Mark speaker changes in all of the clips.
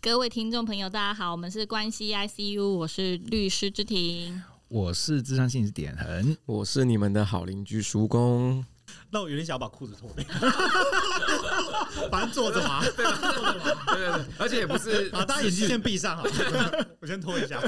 Speaker 1: 各位听众朋友，大家好，我们是关系 ICU，我是律师之庭。
Speaker 2: 我是智商性是点恒，
Speaker 3: 我是你们的好邻居叔公。
Speaker 4: 那我有点想把裤子脱掉，反正坐着嘛。
Speaker 3: 对对对，而且也 不是
Speaker 2: 啊
Speaker 4: 好，大家眼睛先闭上好了，我先脱一 下。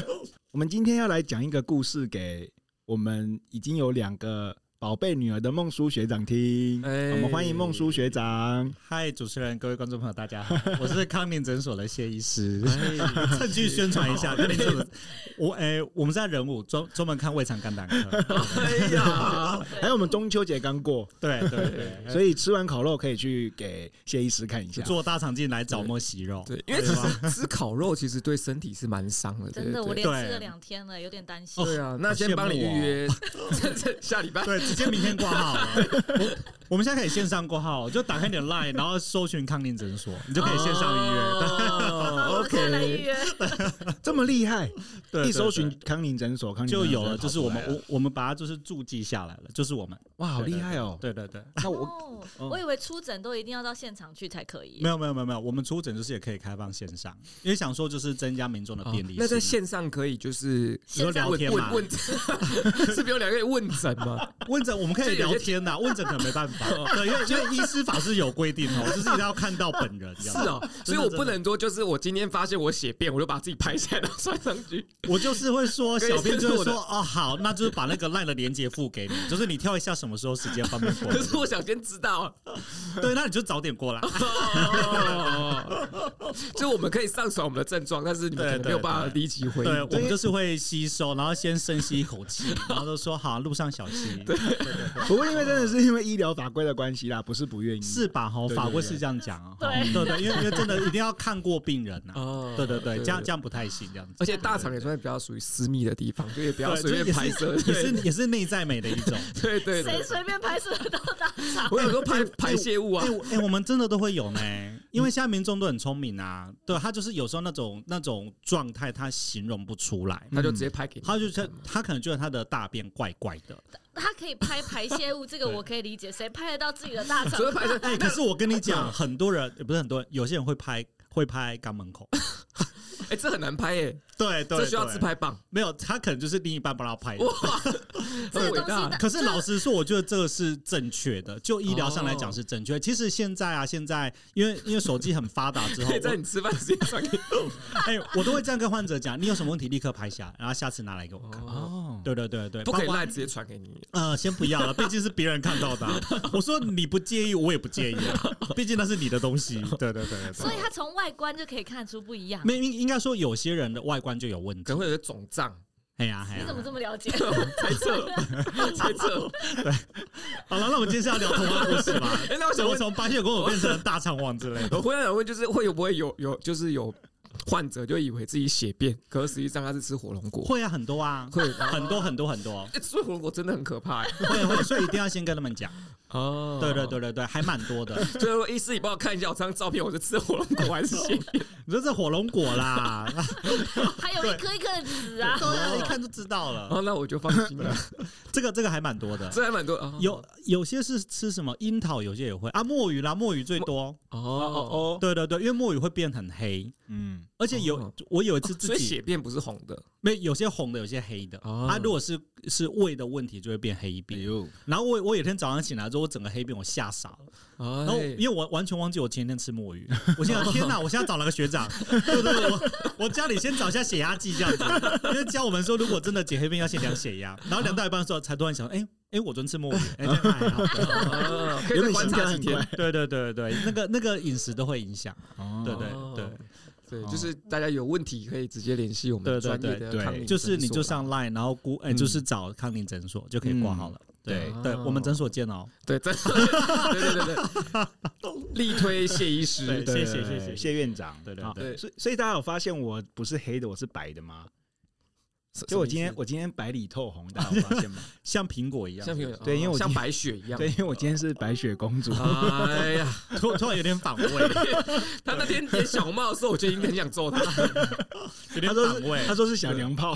Speaker 2: 我们今天要来讲一个故事给我们已经有两个宝贝女儿的孟叔学长听。
Speaker 3: 哎
Speaker 2: 我们欢迎孟叔学长。
Speaker 4: 嗨，主持人，各位观众朋友，大家好，我是康宁诊所的谢医师。
Speaker 3: 哎
Speaker 4: 趁机宣传一下，康宁诊所， 我哎、我们在人武专专门看胃肠肝胆科，
Speaker 3: 哎呀，
Speaker 2: 还有我们中秋节刚过，
Speaker 4: 对对对，
Speaker 2: 所以吃完烤肉可以去给谢医师看一下。
Speaker 4: 做大肠镜来找莫息肉，
Speaker 3: 对，因为其实吃烤肉其实对身体是蛮伤的，对
Speaker 1: 真的，
Speaker 3: 对
Speaker 1: 我
Speaker 3: 对
Speaker 1: 连吃
Speaker 4: 对
Speaker 1: 了两天了，有点担心。
Speaker 3: 对啊，那先帮你预约，这这 下礼拜。
Speaker 4: 对，直接明天挂号了。 我我们现在可以线上挂号，就打开你的 LINE，然后搜寻康宁诊所，你就可以线上 预约。
Speaker 3: 哦
Speaker 1: 我先来预
Speaker 3: ，OK，
Speaker 1: 约，
Speaker 2: 这么厉害，
Speaker 4: 对，
Speaker 2: 一
Speaker 4: 对
Speaker 2: 搜寻
Speaker 4: 对
Speaker 2: 康宁诊所，康宁
Speaker 4: 就有了，
Speaker 2: 诊所
Speaker 4: 就
Speaker 2: 跑
Speaker 4: 是
Speaker 2: 出来
Speaker 4: 我们
Speaker 2: 了
Speaker 4: 我我们把它就是注记下来了，就是我们。
Speaker 2: 哇，好厉害哦！
Speaker 4: 对对对，
Speaker 2: 那我
Speaker 1: 哦，
Speaker 2: 嗯
Speaker 1: 我以为出诊都一定要到现场去才可以
Speaker 4: 没。有没有没有没有，我们出诊就是也可以开放线上，因为想说就是增加民众的便利性。
Speaker 3: 啊
Speaker 4: 啊
Speaker 3: 那在线上可以就是
Speaker 4: 你说聊
Speaker 3: 问
Speaker 4: 天嘛
Speaker 3: 问，问，是不用两个人问 诊 吗？
Speaker 4: 问诊我们可以聊天呐， 问诊可能没办法，对，因为因为医师法是有规定哦，就是一定要看到本人。
Speaker 3: 是
Speaker 4: 这样，
Speaker 3: 哦，所以我不能说就是我今天发现我血便，我就把自己拍下来然后传上去。
Speaker 4: 我就是会说，
Speaker 3: 可以
Speaker 4: 小编就
Speaker 3: 这
Speaker 4: 会
Speaker 3: 是
Speaker 4: 说
Speaker 3: 我的
Speaker 4: 哦好，那就是把那个赖的连接付给你，就是你挑一下什么时候时间方便过来
Speaker 3: 可。是我想先知道，啊
Speaker 4: 对，那你就早点过来。
Speaker 3: 哦， 就我们可以上传我们的症状，但是你们可能没有办法立即回
Speaker 4: 对，
Speaker 3: 应。
Speaker 4: 我们就是会吸收，然后先深吸一口气，然后就说好，路上小心。对对对。
Speaker 2: 不过因为真的是因为医疗法规的关系啦，不是不愿意，
Speaker 4: 是吧？哈，
Speaker 2: 对对
Speaker 4: 法规是这样讲啊。齁
Speaker 1: 对
Speaker 4: 对对，因为因为真的一定要看过病人啊呐。
Speaker 3: 哦
Speaker 4: 对对对，这样这样不太行，这样子。
Speaker 3: 而且大肠也算比较属于私密的地方， 就也不要
Speaker 4: 对，
Speaker 3: 随便
Speaker 4: 就是
Speaker 3: 拍
Speaker 4: 也
Speaker 3: 摄。
Speaker 4: 是也
Speaker 3: 对
Speaker 4: 是也是内在美的一 种。
Speaker 3: 对对
Speaker 1: 谁
Speaker 3: 对，
Speaker 1: 随便拍摄得到大肠？
Speaker 3: 我有时候 排排泄物啊
Speaker 4: 哎，，我哎，我们真的都会有呢，因为现在民众都很聪明啊。对他就是有时候那种那种状态，他形容不出来，
Speaker 3: 他就直接拍给你。
Speaker 4: 嗯
Speaker 3: 嗯
Speaker 4: 他就是他可能觉得他的大便怪怪的。
Speaker 3: 啊
Speaker 1: 他可以拍排泄物，这个我可以理解。谁拍得到自己的大肠
Speaker 3: 所？以拍摄
Speaker 4: 哎，可是我跟你
Speaker 3: 嗯
Speaker 4: 讲，很多人也不是很多人，有些人会拍会拍肛门 口。
Speaker 3: 哎，这很难拍哎，
Speaker 4: 对对，
Speaker 3: 这需要
Speaker 4: 对
Speaker 3: 自拍棒。
Speaker 4: 没有，他可能就是另一半帮他拍的。
Speaker 1: 这个
Speaker 3: 很伟
Speaker 1: 东西
Speaker 3: 大
Speaker 1: 那，
Speaker 4: 可是老实说，我觉得这个是正确的，就医疗上来讲是正确。其实现在啊，现在因为因为手机很发达 之后，
Speaker 3: 可以在
Speaker 4: 我
Speaker 3: 你吃饭时间传给我。
Speaker 4: 哎、我都会这样跟患者讲：你有什么问题立刻拍下来，然后下次拿来给我看。
Speaker 2: 哦，
Speaker 4: 对对对 对，
Speaker 3: 不可以
Speaker 4: 包括
Speaker 3: 赖，直接传给 你。
Speaker 4: 呃，先不要了，毕竟是别人看到的啊、我说你不介意，我也不介意啊，毕竟那是你的 东西。对对对对
Speaker 1: 所以
Speaker 4: 对。
Speaker 1: 他从外观就可以看出不一样。
Speaker 4: 没应应该说，有些人的外观就有问
Speaker 3: 可
Speaker 4: 题
Speaker 3: 能。会有些肿胀，
Speaker 4: 哎呀哎
Speaker 1: 你
Speaker 4: 呀
Speaker 1: 怎，么这么了解？
Speaker 3: 猜测，猜 测。
Speaker 4: 好了，那我们接下来聊童话故事吧。
Speaker 3: 哎， 那我
Speaker 4: 怎
Speaker 3: 想
Speaker 4: 么
Speaker 3: 问，
Speaker 4: 从白雪公主变成大肠王之类 的？
Speaker 3: 我忽然想问，就是会有不会有有就是有患者就以为自己血便，可是实际上他是吃火龙果，
Speaker 4: 会啊，很多啊，
Speaker 3: 会
Speaker 4: 很多很多很多。
Speaker 3: 欸吃火龙果真的很可怕 欸。
Speaker 4: 会会，所以一定要先跟他们讲。
Speaker 3: 哦
Speaker 4: 对对，对对对，还蛮多的。
Speaker 3: 就是说医师，你帮我看一下我这张照片，我是吃火龙果还是血便？
Speaker 4: 你说这火龙果 啦，
Speaker 1: 还有一颗一颗的籽啊！
Speaker 4: 对啊，一看就知道了。
Speaker 3: 哦，那我就放心了。
Speaker 4: 这个这个还蛮多 的，
Speaker 3: 这还蛮多，哦
Speaker 4: 有有些是吃什么樱桃，有些也会啊，墨鱼啦，墨鱼最多。
Speaker 3: 哦哦哦，
Speaker 4: 对对对，因为墨鱼会变很黑，
Speaker 2: 嗯，
Speaker 4: 而且有
Speaker 3: 哦
Speaker 4: 我有一次
Speaker 3: 所
Speaker 4: 自
Speaker 3: 以
Speaker 4: 己
Speaker 3: 血便不是红的
Speaker 4: 没有有些红的，有些黑的。
Speaker 3: 哦哎
Speaker 4: 啊，如果是是胃的问题，就会变黑一
Speaker 2: 比
Speaker 4: 遍。
Speaker 2: 如
Speaker 4: 然后我我有一天早上醒来之后，我整个黑遍，我吓傻了。
Speaker 3: 哎
Speaker 4: 然后因为我完全忘记我前一天吃墨鱼，我现在天哪！我现在找了个学长， 对对对，我我家里先找一下血压计这样子，因为教我们说如果真的解黑病要先量血压，然后量到一半的时候才突然想，哎、哎、我昨天吃墨鱼，哎、这样还好
Speaker 3: 啊可以
Speaker 2: 原本
Speaker 3: 再观
Speaker 2: 心
Speaker 3: 察
Speaker 2: 跳
Speaker 3: 几
Speaker 2: 很
Speaker 3: 天
Speaker 2: 快。，
Speaker 4: 对对对对，那个那个饮食都会影响，
Speaker 2: 哦
Speaker 4: 对对
Speaker 3: 哦
Speaker 4: 对
Speaker 3: 对，就是大家有问题可以直接联系我们
Speaker 4: 对对
Speaker 3: 专业
Speaker 4: 对
Speaker 3: 的
Speaker 2: 对
Speaker 3: 康宁
Speaker 4: 就是你
Speaker 3: 诊所
Speaker 4: 就
Speaker 3: 啦
Speaker 4: 上 line，然后估哎、就是找康宁诊所就可以挂号了，对
Speaker 3: 对
Speaker 4: 对，我们诊所见哦，
Speaker 3: 对，真的对对对对， 力推谢医师
Speaker 4: 对，
Speaker 2: 对
Speaker 4: 谢谢
Speaker 2: 对
Speaker 4: 谢谢
Speaker 2: 谢院长，哦
Speaker 4: 对对
Speaker 2: 好
Speaker 3: 对
Speaker 2: 所以所以大家有发现我不是黑的，我是白的吗？
Speaker 3: 什
Speaker 2: 所以我今
Speaker 3: 什
Speaker 2: 天
Speaker 3: 么
Speaker 2: 我今天白里透红， 大家有发现吗？
Speaker 4: 像苹果一
Speaker 3: 意思像，
Speaker 4: 样
Speaker 3: 苹果
Speaker 2: 对因为我今
Speaker 3: 像白雪一样，哦
Speaker 2: 对，因为我今天是白雪公 主，
Speaker 3: 哎 呀，
Speaker 4: 突突然有点反胃，
Speaker 3: 他那天演小帽的时候，我就已经很 想揍他。
Speaker 4: 有
Speaker 2: 他
Speaker 4: 点
Speaker 2: 说
Speaker 4: 反 胃。
Speaker 2: 是，他说是小娘炮。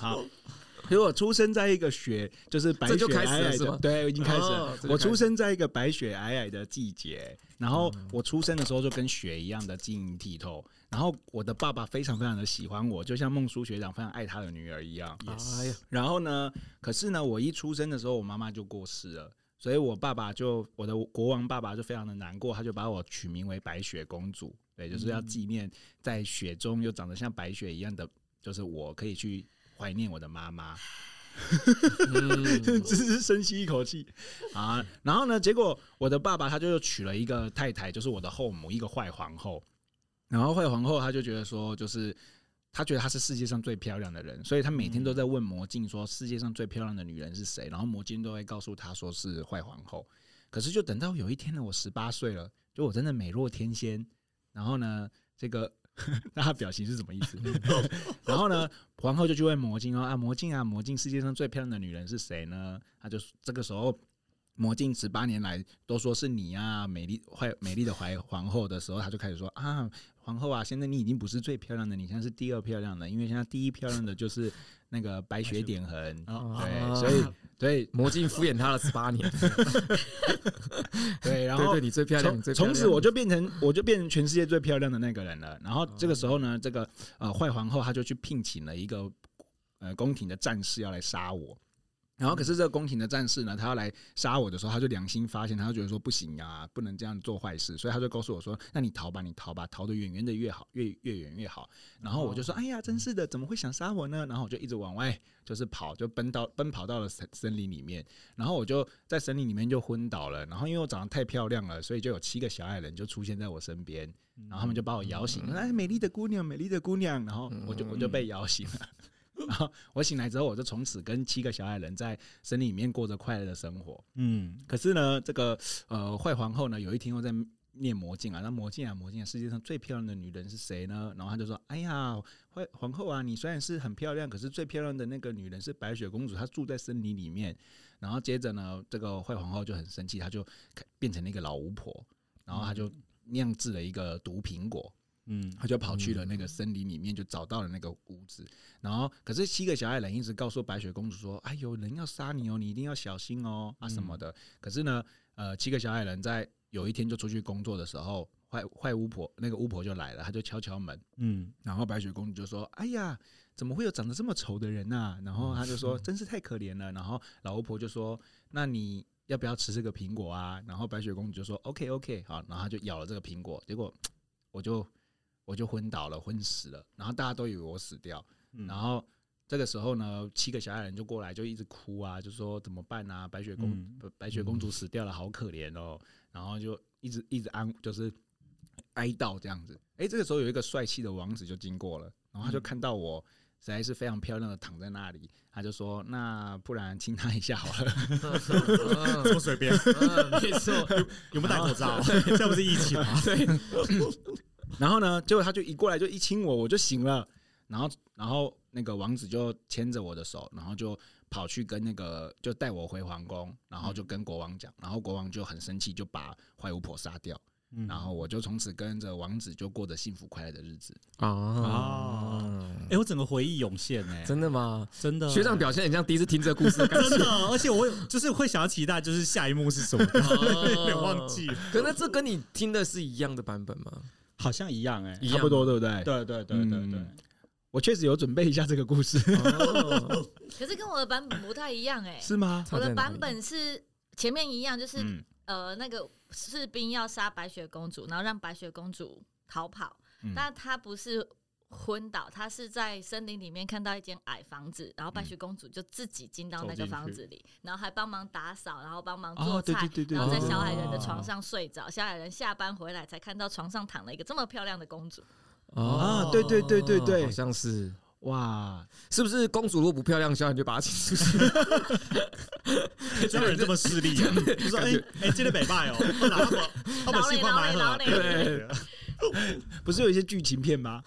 Speaker 2: 好，如果出生在一个雪，就是白
Speaker 3: 这
Speaker 2: 雪
Speaker 3: 就开始
Speaker 2: 皑皑
Speaker 3: 了是
Speaker 2: 的
Speaker 3: 吗，
Speaker 2: 对，已经开始了
Speaker 3: 哦这就
Speaker 2: 我
Speaker 3: 开始
Speaker 2: 出生在一个白雪皑皑的季节，然后
Speaker 3: 嗯
Speaker 2: 我出生的时候就跟雪一样的晶莹剔透。然后我的爸爸非常非常的喜欢我，就像孟叔学长非常爱他的女儿一样。
Speaker 3: 哎呀，
Speaker 2: 然后呢，可是呢，我一出生的时候，我妈妈就过世了，所以我爸爸就我的国王爸爸就非常的难过，他就把我取名为白雪公主，对，就是要纪念在雪中又长得像白雪一样的，就是我可以去怀念我的妈妈。
Speaker 3: 嗯
Speaker 2: 只是深吸一口气啊。然后呢，结果我的爸爸他就娶了一个太太，就是我的后母，一个坏皇后。然后坏皇后她就觉得说，就是她觉得她是世界上最漂亮的人，所以她每天都在问魔镜说世界上最漂亮的女人是谁，然后魔镜都会告诉她说是坏皇后。可是就等到有一天呢，我十八岁了，就我真的美若天仙。然后呢，这个那他表情是什么意 思？然后呢，皇后就去问魔镜哦啊，魔镜啊，魔镜，世界上最漂亮的女人是谁呢？她就这个时候，魔镜十八年来都说是你啊，美丽坏美丽的怀皇后的时候，她就开始说啊，皇后啊，现在你已经不是最漂亮的，你现在是第二漂亮的，因为现在第一漂亮的就是那个白雪点痕
Speaker 4: 哦，
Speaker 2: 对，所以对
Speaker 3: 哎魔镜敷衍他了十八年，
Speaker 2: 对，然
Speaker 3: 对
Speaker 2: 后
Speaker 3: 对，你最漂亮，你
Speaker 2: 从
Speaker 3: 最漂
Speaker 2: 从
Speaker 3: 亮哦
Speaker 2: 此 我就变成我就变成全世界最漂亮的那个人了。然后这个时候呢，这个呃坏皇后她就去聘请了一个呃宫廷的战士要来杀我。然后可是这个宫廷的战士呢，他要来杀我的时候，他就良心发现，他就觉得说不行啊，不能这样做坏事，所以他就告诉我说：“那你逃吧，你逃吧，逃得远远的越好，越越远越好。”然后我
Speaker 3: 哦
Speaker 2: 就说：“哎呀，真是的，怎么会想杀我呢？”然后我就一直往外就是跑，就奔到奔跑到了森森林里面。然后我就在森林里面就昏倒了。然后因为我长得太漂亮了，所以就有七个小矮人就出现在我身边，然后他们就把我摇醒，哎，美丽的姑娘，美丽的姑娘。然后我就我就被摇醒了。 然后我醒来之后，我就从此跟七个小矮人在森林里面过着快乐的生活。
Speaker 4: 嗯，
Speaker 2: 可是呢，这个呃坏皇后呢，有一天又在念魔镜啊，那魔镜啊魔镜啊，世界上最漂亮的女人是谁呢？然后她就说：“哎呀，坏皇后啊，你虽然是很漂亮，可是最漂亮的那个女人是白雪公主，她住在森林里面。”然后接着呢，这个坏皇后就很生气，她就变成了一个老巫婆，然后她就酿制了一个毒苹果，
Speaker 4: 嗯，
Speaker 2: 他就跑去了那个森林里面，就找到了那个屋子。然后，可是七个小矮人一直告诉白雪公主说：“哎，有人要杀你哦，你一定要小心哦，
Speaker 4: 嗯
Speaker 2: 啊什么的。可是呢，呃，七个小矮人在有一天就出去工作的时候，坏坏巫婆那个巫婆就来了，她就敲敲门，
Speaker 4: 嗯，
Speaker 2: 然后白雪公主就说：“哎呀，怎么会有长得这么丑的人呐、然后她就说：“真是太可怜了。”然后老巫婆就说：“那你要不要吃这个苹果啊？”然后白雪公主就说：“OK OK，好。”然后她就咬了这个苹果，结果我就我就昏倒了，昏死了。然后大家都以为我死掉。
Speaker 4: 嗯
Speaker 2: 然后这个时候呢，七个小矮人就过来，就一直哭啊，就说怎么办啊？白雪公、
Speaker 4: 嗯
Speaker 2: 不白雪公主死掉了，好可怜哦。然后就一直一直安，就是哀悼这样子。哎，这个时候有一个帅气的王子就经过了，然后
Speaker 4: 嗯
Speaker 2: 他就看到我。实在是非常漂亮的躺在那里，他就说：“那不然亲他一下好了。
Speaker 4: 这么随便，
Speaker 3: 嗯嗯没错，
Speaker 4: 有没有戴口罩？ 现在不是疫情吗？
Speaker 3: 对，”
Speaker 2: 然后呢，结果他就一过来就一亲我，我就醒了。然后，然后那个王子就牵着我的手，然后就跑去跟那个就带我回皇宫，然后就跟国王讲，然后国王就很生气，就把坏巫婆杀掉。
Speaker 4: 嗯
Speaker 2: 然后我就从此跟着王子就过着幸福快乐的日子。
Speaker 3: 啊哦，
Speaker 4: 哎、我整个回忆涌现哎、
Speaker 3: 真的吗？
Speaker 4: 真的
Speaker 3: 学长表现很像第一次听这个故 事的感觉，
Speaker 4: 真的， 而且我有就是会想要期待，就是下一幕是什 么， 有点忘记了，
Speaker 3: 哦可那这跟你听的是一样的版本吗？
Speaker 4: 好像一样哎、
Speaker 3: 一样
Speaker 2: 差不多，对不对？
Speaker 4: 对对对对对
Speaker 2: 嗯我确实有准备一下这个故事，
Speaker 3: 哦，
Speaker 1: 可是跟我的版本不太一样哎、
Speaker 2: 是吗？
Speaker 1: 我
Speaker 3: 差在
Speaker 1: 的
Speaker 3: 哪
Speaker 1: 版
Speaker 3: 里
Speaker 1: 本是前面一样，就是、
Speaker 2: 嗯
Speaker 1: 呃那个士兵要杀白雪公主，然后让白雪公主逃跑，
Speaker 2: 嗯
Speaker 1: 但她不是。昏倒，她是在森林里面看到一间矮房子，然后白雪公主就自己进到那个房子里，然后还帮忙打扫，然后帮忙做
Speaker 2: 哦对
Speaker 1: 菜，
Speaker 2: 对对对
Speaker 1: 然后在
Speaker 3: 对对
Speaker 1: 小矮人的床上睡着。小矮人下班回来才看到床上躺了一个这么漂亮的公主，
Speaker 2: 啊对对对对对
Speaker 3: 好像是。
Speaker 2: 哇，
Speaker 3: 是不是公主如果不漂亮，小眼就把她请出去？
Speaker 4: 对，这人这么势利、啊，就 说哎
Speaker 3: 感觉
Speaker 4: 哎，今天北 拜哦，然后他们信放买
Speaker 1: 劳
Speaker 4: 了，
Speaker 1: 累劳累
Speaker 4: 对，
Speaker 2: 不是有一些剧情片吗？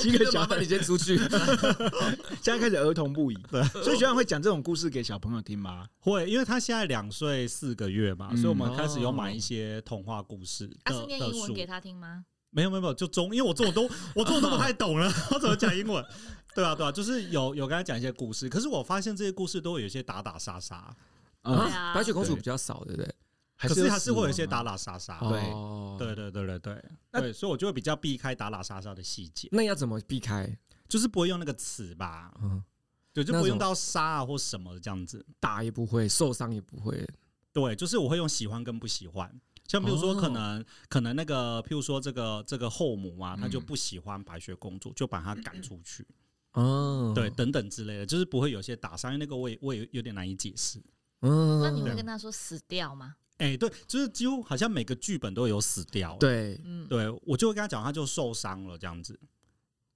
Speaker 2: 七个
Speaker 3: 就
Speaker 2: 小
Speaker 3: 麻烦你先出去。
Speaker 2: 现在开始儿童不宜，所以学长会讲这种故事给小朋友听吗？
Speaker 4: 会，因为他现在两岁四个月嘛，
Speaker 2: 嗯
Speaker 4: 所以我们开始有买一些童话故事
Speaker 1: 啊，
Speaker 4: 的
Speaker 1: 是念
Speaker 4: 的
Speaker 1: 英文
Speaker 4: 书
Speaker 1: 给她听吗？
Speaker 4: 没有没有没有，就中，因为我这种都我这种都不太懂了，我怎么讲英文？对啊，对啊，就是有有跟他讲一些故事，可是我发现这些故事都会有一些打打杀杀，
Speaker 1: 对
Speaker 2: 啊，
Speaker 1: 啊
Speaker 3: 白雪公主比较少，对不对？
Speaker 2: 还
Speaker 4: 可是还是会有一
Speaker 2: 死
Speaker 4: 些
Speaker 2: 亡啊
Speaker 4: 打打杀杀。
Speaker 2: 对
Speaker 3: 哦
Speaker 4: 对对对对对对，所以我就会比较避开打打杀杀的细节，
Speaker 3: 那要怎么避开？
Speaker 4: 就是不会用那个词吧，
Speaker 3: 嗯，
Speaker 4: 对，就不
Speaker 3: 那
Speaker 4: 会
Speaker 3: 种
Speaker 4: 用到杀啊或什么这样子。
Speaker 3: 打也不会，受伤也不会。
Speaker 4: 对，就是我会用喜欢跟不喜欢。像比如说，
Speaker 3: 哦
Speaker 4: 可能、可能那个，譬如说这个这个后母啊，她就
Speaker 2: 嗯
Speaker 4: 不喜欢白雪公主，就把她赶出去，
Speaker 3: 哦，
Speaker 4: 对，，
Speaker 2: 嗯
Speaker 4: 等等之类的，就是不会有一些打伤，因为那个我也我也有点难以解释。
Speaker 3: 嗯，
Speaker 1: 那你会跟他说死掉吗？
Speaker 4: 哎、对，就是几乎好像每个剧本都有死掉，
Speaker 3: 对
Speaker 1: 嗯，
Speaker 4: 对，我就会跟他讲，他就受伤了这样子，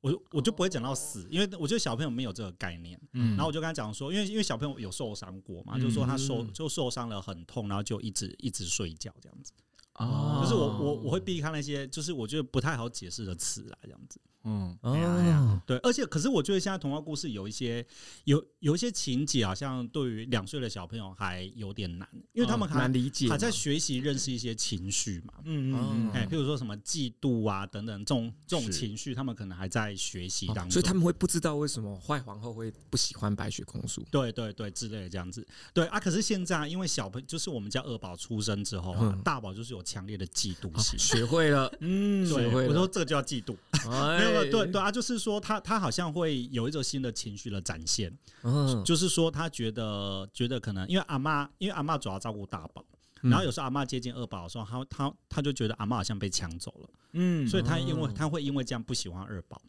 Speaker 4: 我就我就不会讲到死，因为我觉得小朋友没有这个概念。
Speaker 2: 嗯
Speaker 4: 然后我就跟他讲说，因为因为小朋友有受伤过嘛，
Speaker 2: 嗯
Speaker 4: 就说他受
Speaker 3: 嗯
Speaker 4: 就受伤了很痛，然后就一直一直睡觉这样子。
Speaker 2: 哦，
Speaker 4: 就是我我我会避开那些就是我觉得不太好解释的词啊，这样子。
Speaker 2: 嗯，哎呀哎呀
Speaker 3: 哦，
Speaker 4: 对，而且可是我觉得现在童话故事有一些有有一些情节，好像对于两岁的小朋友还有点难，因为他们还、
Speaker 3: 难理解嘛，
Speaker 4: 还在学习认识一些情绪嘛。
Speaker 2: 嗯
Speaker 3: 嗯嗯
Speaker 4: 哎，譬如说什么嫉妒啊等等这种这种
Speaker 2: 是
Speaker 4: 情绪，他们可能还在学习
Speaker 3: 哦
Speaker 4: 当中，
Speaker 3: 所以他们会不知道为什么坏皇后会不喜欢白雪公主。
Speaker 4: 对对对，之类的这样子。对啊，可是现在因为小朋就是我们家二宝出生之后啊，
Speaker 3: 嗯
Speaker 4: 大宝就是有强烈的嫉妒
Speaker 3: 好
Speaker 4: 心。
Speaker 3: 学会了，
Speaker 2: 嗯
Speaker 3: 学
Speaker 4: 对，
Speaker 3: 会了
Speaker 4: 我
Speaker 3: 哎
Speaker 4: 说这个就叫嫉妒，没
Speaker 3: 没
Speaker 4: 有没有对对，啊，就是说他他好像会有一种新的情绪的展现，
Speaker 3: 嗯，
Speaker 4: 就是说他觉得觉得可能因为阿妈，因为阿妈主要照顾大宝，
Speaker 3: 嗯
Speaker 4: 然后有时候阿妈接近二宝的时候，他他他就觉得阿妈好像被抢走了，
Speaker 2: 嗯
Speaker 4: 所以他因为
Speaker 3: 哦
Speaker 4: 他会因为这样不喜欢二宝，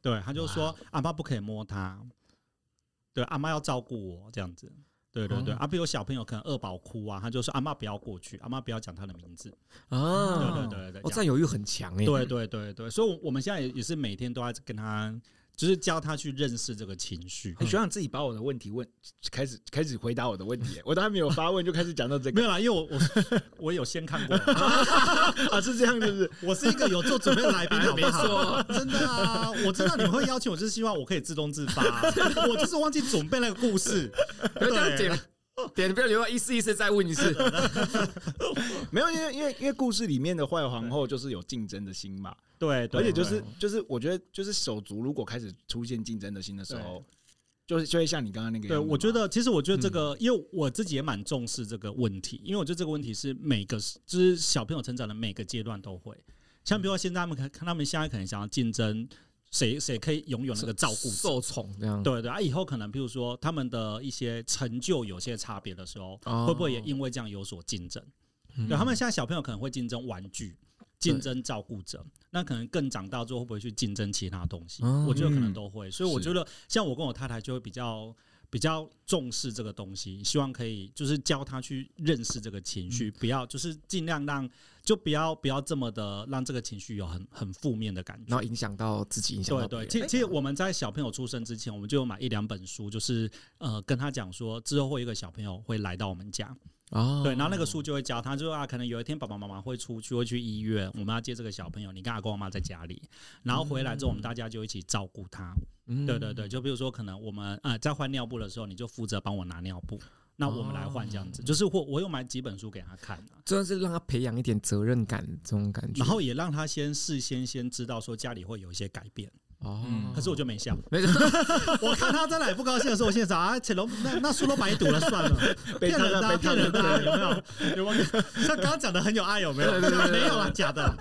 Speaker 4: 对，他就说阿妈不可以摸他，对，阿妈要照顾我这样子。对对对，
Speaker 3: 哦
Speaker 4: 啊，比如小朋友可能二宝哭啊，他就说阿妈不要过去，阿妈不要讲他的名字。对
Speaker 3: 啊，
Speaker 4: 对对对
Speaker 3: 哦，
Speaker 4: 对，
Speaker 3: 占有欲很强哎，
Speaker 4: 对对对对，所以，我我们现在也也是每天都在跟他，就是教他去认识这个情绪。
Speaker 2: 哎学长自己把我的问题问 开始开始回答我的问题，我都还没有发问就开始讲到这个
Speaker 4: 没有啦，因为我我我有先看过，
Speaker 2: 啊，是这样是不是？
Speaker 4: 我是一个有做准备的来宾， 好不
Speaker 3: 没
Speaker 4: 好
Speaker 3: 错？
Speaker 4: 真的啊，我知道你们会邀请我，就是希望我可以自动自发、 我就是忘记准备那个故事。
Speaker 3: 不要这样点
Speaker 4: 哦
Speaker 3: 点，不要留到一次一次再问一次。
Speaker 2: 没有，因为因为因为故事里面的坏皇后就是有竞争的心嘛，
Speaker 4: 对，对
Speaker 2: 而且就
Speaker 4: 对
Speaker 2: 是就是我觉得就是手足如果开始出现竞争的心的时候，就是就会像你刚刚那个
Speaker 4: 对，嗯
Speaker 2: 样子嘛
Speaker 4: 我觉得其实我觉得这个，因为我自己也蛮重视这个问题，因为我觉得这个问题是每个就是小朋友成长的每个阶段都会，像比如说现在他们看看他们现在可能想要竞争谁谁可以拥有 那个照顾者，
Speaker 3: 受宠这样，
Speaker 4: 对对啊，以后可能比如说他们的一些成就有些差别的时候，
Speaker 3: 哦嗯
Speaker 4: 会不会也因为这样有所竞争？对他们现在小朋友可能会竞争玩具，竞争照顾者，那可能更长大之后会不会去竞争其他东西？
Speaker 3: 哦
Speaker 4: 我觉得可能
Speaker 2: 嗯
Speaker 4: 都会，所以我
Speaker 3: 是
Speaker 4: 觉得像我跟我太太就会比较。比较重视这个东西，希望可以就是教他去认识这个情绪，
Speaker 3: 嗯
Speaker 4: 不要就是尽量让就不要不要这么的让这个情绪有很很负面的感觉，
Speaker 3: 然后影响到自己，影响
Speaker 4: 对
Speaker 3: 到
Speaker 4: 对，
Speaker 3: 别
Speaker 4: 其
Speaker 3: 人
Speaker 4: 实其实我们在小朋友出生之前，我们就有买一两本书，就是呃跟他讲说之后会有一个小朋友会来到我们家，
Speaker 3: 哦
Speaker 4: 对，然后那个书就会教他，就啊可能有一天爸爸妈妈会出去会去医院，我们要接这个小朋友，你跟阿公阿妈在家里，然后回来之后我们大家就一起照顾他，
Speaker 3: 嗯
Speaker 4: 对对对，就比如说可能我们啊、呃在换尿布的时候，你就负责帮我拿尿布。那我们来换这样子，就是或我有买几本书给他看、啊，
Speaker 3: 主要是让他培养一点责任感这种感觉。
Speaker 4: 然后也让他先事先先知道说家里会有一些改变，
Speaker 3: 哦
Speaker 2: 嗯，
Speaker 4: 可是我就没笑。
Speaker 3: 没 事，
Speaker 4: 我看他在哪里不高兴的时候，我心里想啊，乾隆那那书都白读了，算了，
Speaker 2: 被
Speaker 4: 骗
Speaker 2: 他
Speaker 4: 人的啊、
Speaker 2: 被他
Speaker 4: 骗人的啊、有没有？有没有？像刚刚讲的很有爱，有没有？没有啊，假的 啦，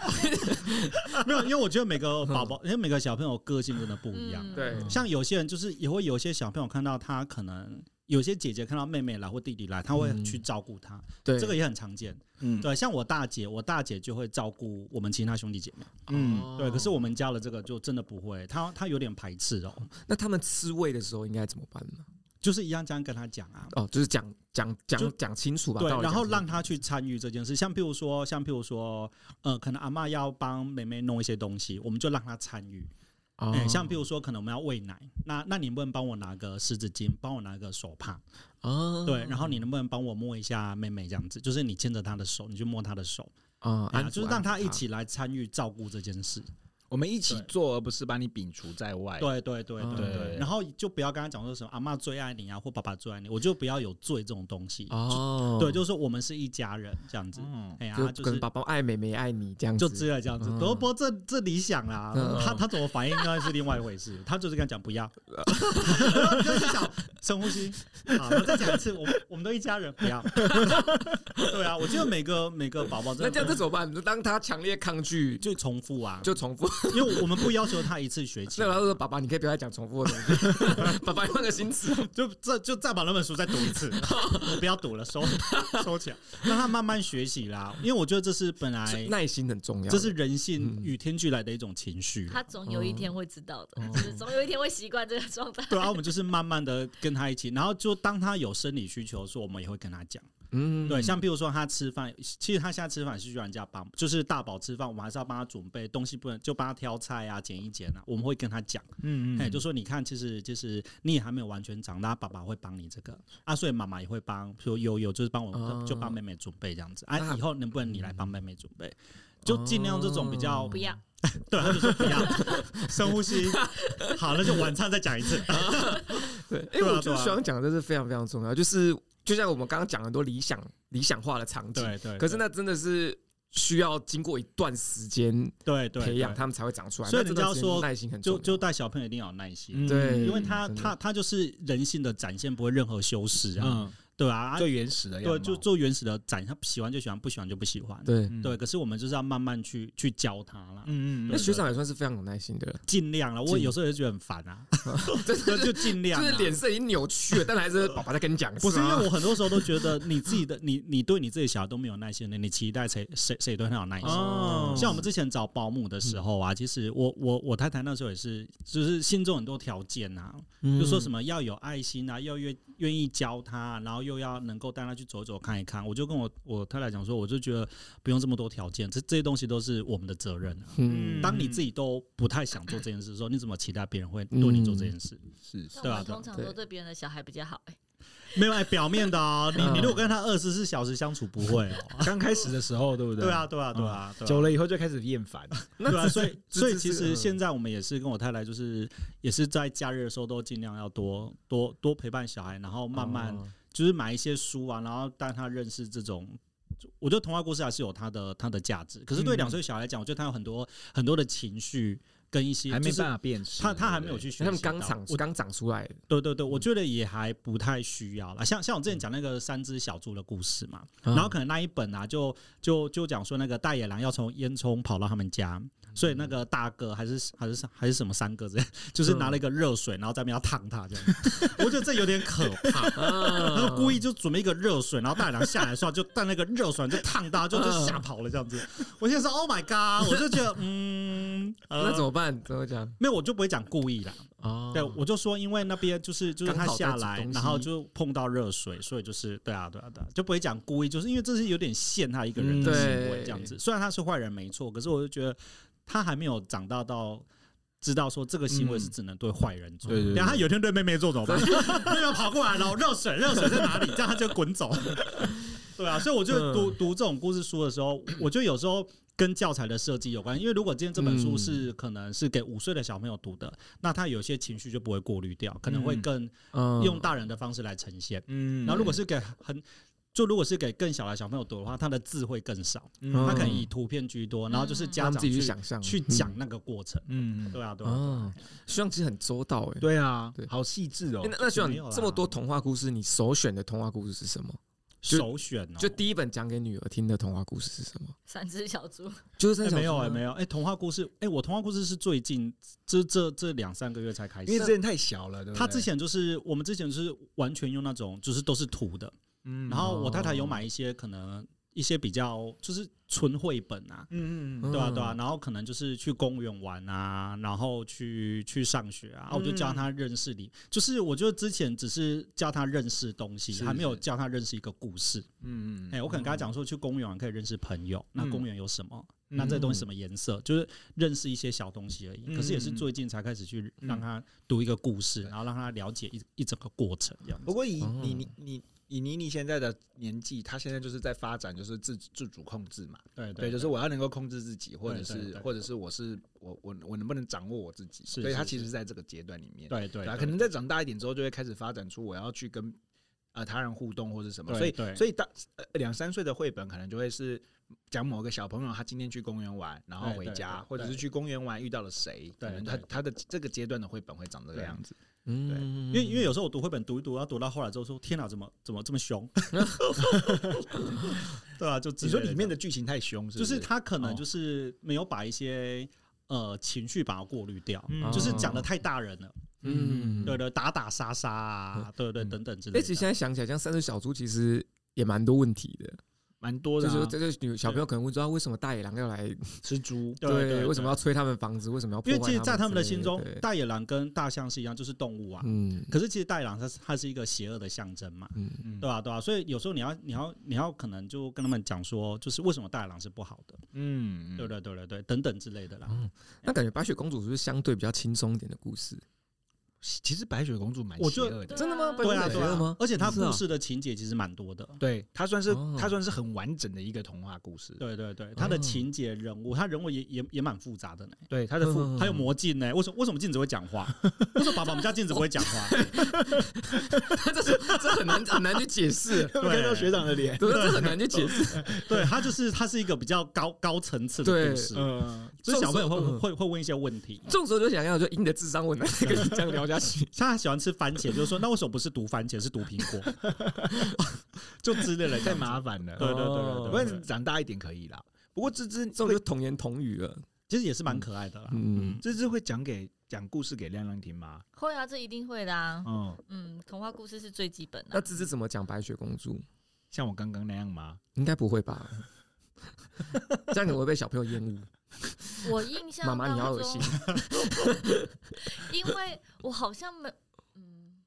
Speaker 4: 没有，因为我觉得每个宝宝，因为每个小朋友个性真的不一样，
Speaker 1: 嗯
Speaker 3: 对
Speaker 4: 像有些人就是也会有些小朋友看到他可能。有些姐姐看到妹妹来或弟弟来，她会
Speaker 3: 嗯
Speaker 4: 去照顾他，
Speaker 3: 对
Speaker 4: 这个也很常见。
Speaker 2: 嗯
Speaker 4: 对，像我大姐，我大姐就会照顾我们其他兄弟姐妹。
Speaker 2: 嗯，
Speaker 3: 哦
Speaker 4: 对，可是我们家的这个就真的不会，她她有点排斥哦，
Speaker 3: 那他们吃喂的时候应该怎么办呢？
Speaker 4: 就是一样这样跟她讲啊。
Speaker 3: 哦，就是讲讲
Speaker 4: 就
Speaker 3: 讲讲清楚吧，
Speaker 4: 对
Speaker 3: 道，理
Speaker 4: 然后
Speaker 3: 讲清楚
Speaker 4: 让他去参与这件事，像譬如说，像譬如说，呃，可能阿嬷要帮妹妹弄一些东西，我们就让她参与。
Speaker 3: 哦
Speaker 4: 哎、像譬如说，可能我们要喂奶，那那你能不能帮我拿个湿纸巾，帮我拿个手帕？
Speaker 3: 哦，
Speaker 4: 对，然后你能不能帮我摸一下妹妹这样子？就是你牵着她的手，你去摸她的手，
Speaker 3: 啊，
Speaker 4: 哎呀
Speaker 3: 安抚
Speaker 4: 就是让
Speaker 3: 安抚
Speaker 4: 她一起来参与照顾这件事。
Speaker 2: 我们一起
Speaker 4: 对
Speaker 2: 做，而不是把你摒除在外。
Speaker 4: 对对对
Speaker 3: 哦
Speaker 4: 对
Speaker 2: 对
Speaker 4: 对，然后就不要跟他讲说什么阿妈最爱你啊，或爸爸最爱你，我就不要有罪这种东西。
Speaker 3: 哦，
Speaker 4: 对，就是说我们是一家人这样子。
Speaker 2: 嗯，
Speaker 4: 哎呀，
Speaker 3: 就
Speaker 4: 就
Speaker 3: 可
Speaker 4: 是
Speaker 3: 能爸爸爱妹妹爱你这样子，
Speaker 4: 就只有这样子
Speaker 3: 嗯。
Speaker 4: 不过这这理想啦
Speaker 3: 嗯，
Speaker 4: 他他怎么反应当然是另外一回事。他就是跟他讲 不要，然后就是想深呼吸。好，我再讲一次，我们我们都一家人，不要。 对啊，我觉得每个每个宝宝
Speaker 3: 那
Speaker 4: 真
Speaker 3: 这样
Speaker 4: 的
Speaker 3: 这怎么办？就当他强烈抗拒，
Speaker 4: 就重复啊，
Speaker 3: 就 啊重复。
Speaker 4: 因为我们不要求他一次学起
Speaker 3: 那，然后 说爸爸，你可以不要再讲重复的东西， 爸爸你换个新词。
Speaker 4: 就这就再把那本书再读一 次，我不要读了，收收起来，让他慢慢学习啦。因为我觉得这是本来
Speaker 3: 哎耐心很重要，
Speaker 4: 这是人
Speaker 3: 嗯
Speaker 4: 性与天俱来的一种情绪。
Speaker 1: 他总有一天会知道的，
Speaker 3: 嗯
Speaker 1: 就是总有一天会习惯这个状态。
Speaker 4: 对啊，我们就是慢慢的跟他一起，然后就当他有生理需求的时候，我们也会跟他讲。
Speaker 3: 嗯
Speaker 4: 对，像比如说他吃饭，其实他现在吃饭也是需要人家帮，就是大宝吃饭，我们还是要帮他准备东西，不能就帮他挑菜啊、剪一剪啊，我们会跟他讲，
Speaker 2: 嗯
Speaker 4: 哎、就说你看，其实就是你也还没有完全长大，爸爸会帮你这个啊，所以妈妈也会帮，比如悠悠就是帮我，
Speaker 3: 哦
Speaker 4: 就帮妹妹准备这样子
Speaker 3: 那嗯
Speaker 4: 啊，以后能不能你来帮妹妹准备？就尽量这种比较
Speaker 3: 哦
Speaker 1: 不要，
Speaker 4: 对，他就说不要 深呼吸，好，那就晚餐再讲一次。
Speaker 3: 对，因
Speaker 4: 对
Speaker 3: 为
Speaker 4: 啊
Speaker 3: 我觉
Speaker 4: 对
Speaker 3: 得
Speaker 4: 啊
Speaker 3: 徐阳讲的这是非常非常重要，就是就像我们刚刚讲很多理想理想化的场景，
Speaker 4: 对对，
Speaker 3: 可是
Speaker 4: 呢，
Speaker 3: 那真的是需要经过一段时间
Speaker 4: 对对
Speaker 3: 培养，
Speaker 4: 对
Speaker 3: 他们才会长出来。
Speaker 4: 所以
Speaker 3: 那
Speaker 4: 人
Speaker 3: 这段
Speaker 4: 家
Speaker 3: 时间
Speaker 4: 说
Speaker 3: 耐心很重
Speaker 4: 就
Speaker 3: 要，
Speaker 4: 就带小朋友一定要有耐心。
Speaker 3: 对，
Speaker 4: 因为他
Speaker 3: 嗯真的
Speaker 4: 他他就是人性的展现，不会任何修饰啊，
Speaker 2: 嗯，
Speaker 4: 对吧、啊？
Speaker 2: 最原始的样
Speaker 4: 对，
Speaker 2: 貌
Speaker 4: 就做原始的展，他喜欢就喜欢，不喜欢就不喜欢。
Speaker 3: 对。哎
Speaker 4: 对，可是我们就是要慢慢去去教他啦，
Speaker 2: 嗯嗯
Speaker 3: 那学长也算是非常有耐心的了，
Speaker 4: 尽量了。我
Speaker 3: 尽
Speaker 4: 有时候也觉得很烦 啊，
Speaker 3: 真的
Speaker 4: 就 就尽量
Speaker 3: 就
Speaker 4: 啊。
Speaker 3: 是脸色已经扭曲了，但还 是爸爸在跟你讲。
Speaker 4: 不是因
Speaker 3: 吗
Speaker 4: 为我很多时候都觉得你自己的 你你对你自己小孩都没有耐心的，你期待谁谁谁都很有耐心。
Speaker 2: 哦
Speaker 4: 像我们之前找保姆的时候
Speaker 3: 嗯
Speaker 4: 啊，其实我我我太太那时候也是，就是心中很多条件啊，就
Speaker 3: 嗯
Speaker 4: 说什么要有爱心啊，要愿愿意教他，啊然后又要能够带他去走走看一看。我就跟我我太太讲说，我就觉得不用这么多条件，这这些东西都是我们的责任啊。
Speaker 3: 嗯，
Speaker 4: 当你自己都不太想做这件事的时候，你怎么期待别人会
Speaker 3: 嗯
Speaker 4: 对你做这件事？
Speaker 2: 是是
Speaker 1: 但
Speaker 4: 对
Speaker 1: 我
Speaker 4: 啊
Speaker 1: 们
Speaker 4: 对啊
Speaker 1: 通常
Speaker 3: 对
Speaker 1: 都对别人的小孩比较好、哎
Speaker 4: 没有哎，表面的哦。你
Speaker 3: 嗯
Speaker 4: 你如果跟他二十四小时相处，不会哦。
Speaker 2: 刚开始的时候，对不对？
Speaker 4: 对啊，，对啊，对啊，对啊
Speaker 2: 久了以后就开始厌 烦。
Speaker 3: 嗯那
Speaker 4: 对啊，
Speaker 3: 这
Speaker 4: 所以
Speaker 3: 这
Speaker 4: 所以
Speaker 3: 这
Speaker 4: 其
Speaker 3: 是
Speaker 4: 实
Speaker 3: 嗯
Speaker 4: 现在我们也是跟我太太，就是也是在假日的时候都尽量要多多多陪伴小孩，然后慢慢
Speaker 3: 哦
Speaker 4: 就是买一些书啊，然后带他认识这种。我觉得童话故事还是有它的它的价值，可是对
Speaker 2: 嗯
Speaker 4: 两岁小孩来讲，我觉得他有很多很多的情绪跟一些
Speaker 2: 还没
Speaker 4: 就是
Speaker 2: 办法辨识，
Speaker 4: 他他还
Speaker 2: 对
Speaker 4: 没
Speaker 2: 不
Speaker 4: 有
Speaker 2: 对
Speaker 4: 去学习到，
Speaker 3: 他们刚长
Speaker 4: 我
Speaker 3: 刚长 出来，
Speaker 4: 对对对，
Speaker 2: 嗯
Speaker 4: 我觉得也还不太需要啦。像像我之前讲那个三只小猪的故事嘛，
Speaker 2: 嗯
Speaker 3: 然
Speaker 4: 然后可能那一本啊，就就就讲说那个大野狼要从烟囱跑到他们家，
Speaker 2: 嗯
Speaker 4: 所以那个大哥还是还是还是什么三哥这样， 就是拿了一个热水，然后在那边要烫他这样。 我觉得这有点可怕，他
Speaker 3: 嗯啊
Speaker 4: 就故意就准备一个热水，然后大野狼下来的时候就带那个热水就烫他，就就吓跑了这样子。我现在说 Oh my God，我就觉得嗯，呃
Speaker 3: 那怎么办？怎么讲？
Speaker 4: 没有，我就不会讲故意啦。
Speaker 3: 哦
Speaker 4: 对，我就说，因为那边就是就是
Speaker 3: 刚
Speaker 4: 他
Speaker 3: 好在
Speaker 4: 下
Speaker 3: 煮
Speaker 4: 来
Speaker 3: 东，
Speaker 4: 然后
Speaker 3: 西
Speaker 4: 就碰到热水，所以就是对啊对啊对啊，就不会讲故意，就是因为这是有点陷他一个人的
Speaker 2: 嗯
Speaker 4: 行为
Speaker 3: 对
Speaker 4: 这样子。虽然他是坏人没错，可是我就觉得他还没有长大到。知道说这个行为是
Speaker 2: 嗯
Speaker 4: 只能对坏人做，
Speaker 2: 对对对
Speaker 4: 然后他有一天对妹妹做怎么办？妹妹跑过来，然后热水热水在哪里？这样他就滚走。 对啊，所以我就
Speaker 3: 嗯
Speaker 4: 读、读这种故事书的时候，我觉得有时候跟教材的设计有关，因为如果今天这本书
Speaker 3: 嗯
Speaker 4: 是、可能是给五岁的小朋友读的，那他有些情绪就不会过滤掉，可能会
Speaker 2: 嗯
Speaker 4: 更
Speaker 3: 嗯
Speaker 4: 用大人的方式来呈现。
Speaker 2: 嗯，
Speaker 4: 然后如果是给很就如果是给更小的小朋友读的话，他的字会更少，
Speaker 2: 嗯
Speaker 4: 他
Speaker 3: 嗯
Speaker 4: 可能以图片居多，然后就是
Speaker 1: 嗯
Speaker 4: 家
Speaker 3: 让
Speaker 4: 长
Speaker 3: 自己去
Speaker 4: 去
Speaker 3: 想象
Speaker 4: 去讲，那个过程。
Speaker 2: 嗯，
Speaker 4: 对啊，对啊，
Speaker 3: 哦，徐长其实很周到哎。
Speaker 2: 对啊
Speaker 3: 对，
Speaker 2: 好细致哦
Speaker 3: 哎诶。那那徐
Speaker 4: 没有
Speaker 3: 长
Speaker 4: 啦
Speaker 3: 这么多童话故事，你首选的童话故事是什么？就
Speaker 4: 首选哦，
Speaker 3: 就第一本讲给女儿听的童话故事是什么？
Speaker 1: 三只小猪，
Speaker 3: 就是三
Speaker 4: 哎
Speaker 3: 小
Speaker 4: 没有哎、没
Speaker 3: 有，
Speaker 4: 有哎、童话故事哎、我童话故事是最近这这这两三个月才开始，
Speaker 2: 因为之前太小了，对不对
Speaker 4: 他之，前就是我们之前就是完全用那种就是都是图的，
Speaker 2: 嗯
Speaker 4: 然后我太太有买一些可能一些比较就是纯绘本啊，
Speaker 2: 嗯
Speaker 3: 嗯
Speaker 4: 对啊对啊，然后可能就是去公园玩啊，然后去去上学啊，啊我就
Speaker 2: 嗯
Speaker 4: 教他认识你，就是我觉得之前只是教他认识东西，
Speaker 2: 是
Speaker 4: 还没有
Speaker 2: 是
Speaker 4: 教他认识一个故事。
Speaker 2: 嗯嗯，
Speaker 4: 哎，我可能跟他讲说去公园玩可以认识朋友，那公园有什么？
Speaker 2: 嗯
Speaker 4: 那这东西什么颜色？就是认识一些小东西而已。
Speaker 2: 嗯
Speaker 4: 可是也是最近才开始去
Speaker 2: 嗯
Speaker 4: 让他读一个故事，然后让他了解一一整个过程这样子。
Speaker 2: 不过以
Speaker 3: 哦
Speaker 2: 你你你以妮妮现在的年纪，她现在就是在发展，就是自自主控制嘛。
Speaker 4: 对
Speaker 2: 对，就是我要能够控制自己，或者
Speaker 4: 对对
Speaker 2: 是
Speaker 4: 对
Speaker 2: 或者是我是我我我能不能掌握我自己？
Speaker 4: 是
Speaker 2: 所以她
Speaker 4: 是
Speaker 2: 其实
Speaker 4: 是
Speaker 2: 是在这个阶段里面，
Speaker 4: 对对
Speaker 2: 啊，可能在长大一点之后，就会开始发展出我要去跟呃他人互动或者什么。
Speaker 4: 对
Speaker 2: 所以
Speaker 4: 对
Speaker 2: 所以当呃两三岁的绘本可能就会是讲某个小朋友他今天去公园玩，然后
Speaker 4: 对
Speaker 2: 回
Speaker 4: 对
Speaker 2: 家，
Speaker 4: 对
Speaker 2: 或者
Speaker 4: 对
Speaker 2: 是去公园玩遇到了谁，可
Speaker 4: 对
Speaker 2: 能他
Speaker 4: 对
Speaker 2: 他的这个阶段的绘本会长这个
Speaker 4: 对
Speaker 2: 样子。
Speaker 3: 嗯，
Speaker 4: 因为因为有时候我读绘本读一读，然后读到后来之后说：“天哪，怎么怎么这么凶？” 对啊，就之
Speaker 2: 你说
Speaker 4: 类
Speaker 2: 里面的剧情太凶，是
Speaker 4: 就
Speaker 2: 不
Speaker 4: 是
Speaker 2: 是
Speaker 4: 他可能
Speaker 2: 哦
Speaker 4: 就是没有把一些呃情绪把它过滤掉，
Speaker 2: 嗯
Speaker 4: 就是讲的太大人了，
Speaker 3: 哦嗯，
Speaker 4: 对对，打打杀杀啊，对对
Speaker 3: 嗯
Speaker 4: 等等之类
Speaker 3: 哎，其实现在
Speaker 4: 的。
Speaker 3: 想起来，像三只小猪其实也蛮多问题的，
Speaker 2: 蛮多
Speaker 3: 就
Speaker 2: 的啊，
Speaker 3: 是这就是女小朋友可能会知道为什么大野狼要来，
Speaker 2: 吃猪，
Speaker 4: 对，
Speaker 3: 为什么要催他们房子，为什么要破
Speaker 4: 因
Speaker 3: 坏他们之类
Speaker 4: 为其实，
Speaker 3: 的？
Speaker 4: 在他们的心中
Speaker 3: 对，
Speaker 4: 大野狼跟大象是一样，就是动物啊。
Speaker 3: 嗯
Speaker 4: 可是其实大野狼它是它是一个邪恶的象征嘛，
Speaker 3: 嗯
Speaker 2: 嗯
Speaker 4: 对吧、对吧、啊所以有时候你要你要你要可能就跟他们讲说，就是为什么大野狼是不好的，
Speaker 2: 嗯，
Speaker 4: 对不对？对对对，等等之类的啦。
Speaker 3: 嗯，那感觉白雪公主是不是相对比较轻松一点的故事？
Speaker 2: 其实白雪公主蛮
Speaker 4: 我
Speaker 2: 邪
Speaker 4: 觉得
Speaker 2: 恶的，
Speaker 1: 真的吗
Speaker 3: 白雪
Speaker 1: 对啊
Speaker 3: 公主邪
Speaker 1: 对啊
Speaker 3: 恶吗？
Speaker 4: 而且它
Speaker 3: 是啊
Speaker 4: 故事的情节其实蛮多的，
Speaker 2: 对她算是
Speaker 3: 哦
Speaker 2: 她算是很完整的一个童话故事，
Speaker 4: 对对对，它的情节人物，它人物也也也蛮复杂的呢。
Speaker 2: 对她的父
Speaker 3: 嗯
Speaker 4: 还有魔镜呢？为什么为什么镜子会讲话？为什么爸爸我们家镜子不会讲话？
Speaker 3: 这是这很难很难去解释，
Speaker 2: 有没有看到学长的 脸，
Speaker 3: 对，这很难去解释。
Speaker 4: 对，它就是它是一个比较高高层次的故事，
Speaker 2: 嗯，
Speaker 4: 所以小朋友会
Speaker 3: 嗯
Speaker 4: 会会问一些问题。
Speaker 3: 这种时候就想要就赢你的智商，我难 跟你这样聊下去。
Speaker 4: 像他喜欢吃番茄，就是说那为什么不是毒番茄，是毒苹果？ 就之 类的
Speaker 2: 太
Speaker 4: 干嘛？
Speaker 2: 麻烦了，
Speaker 4: 对对对
Speaker 3: 哦
Speaker 4: 对
Speaker 2: 不
Speaker 4: 对
Speaker 2: 然
Speaker 4: 对，
Speaker 2: 长大一点可以啦。不过芝芝
Speaker 3: 这种就
Speaker 2: 会
Speaker 3: 童言童语了。
Speaker 4: 其实也是蛮可爱的啦。
Speaker 3: 嗯，
Speaker 2: 芝芝会讲给讲故事给亮亮听吗？
Speaker 1: 会啊，这一定会的啊。
Speaker 2: 嗯，
Speaker 1: 嗯，童话故事是最基本的、
Speaker 3: 那芝芝怎么讲白雪公主？
Speaker 2: 像我刚刚那样吗？
Speaker 3: 应该不会吧？这样你会被小朋友厌恶。
Speaker 1: 我印象
Speaker 3: 妈妈，
Speaker 1: 当
Speaker 3: 你好恶
Speaker 1: 中
Speaker 3: 心。
Speaker 1: 因为我好像没，嗯，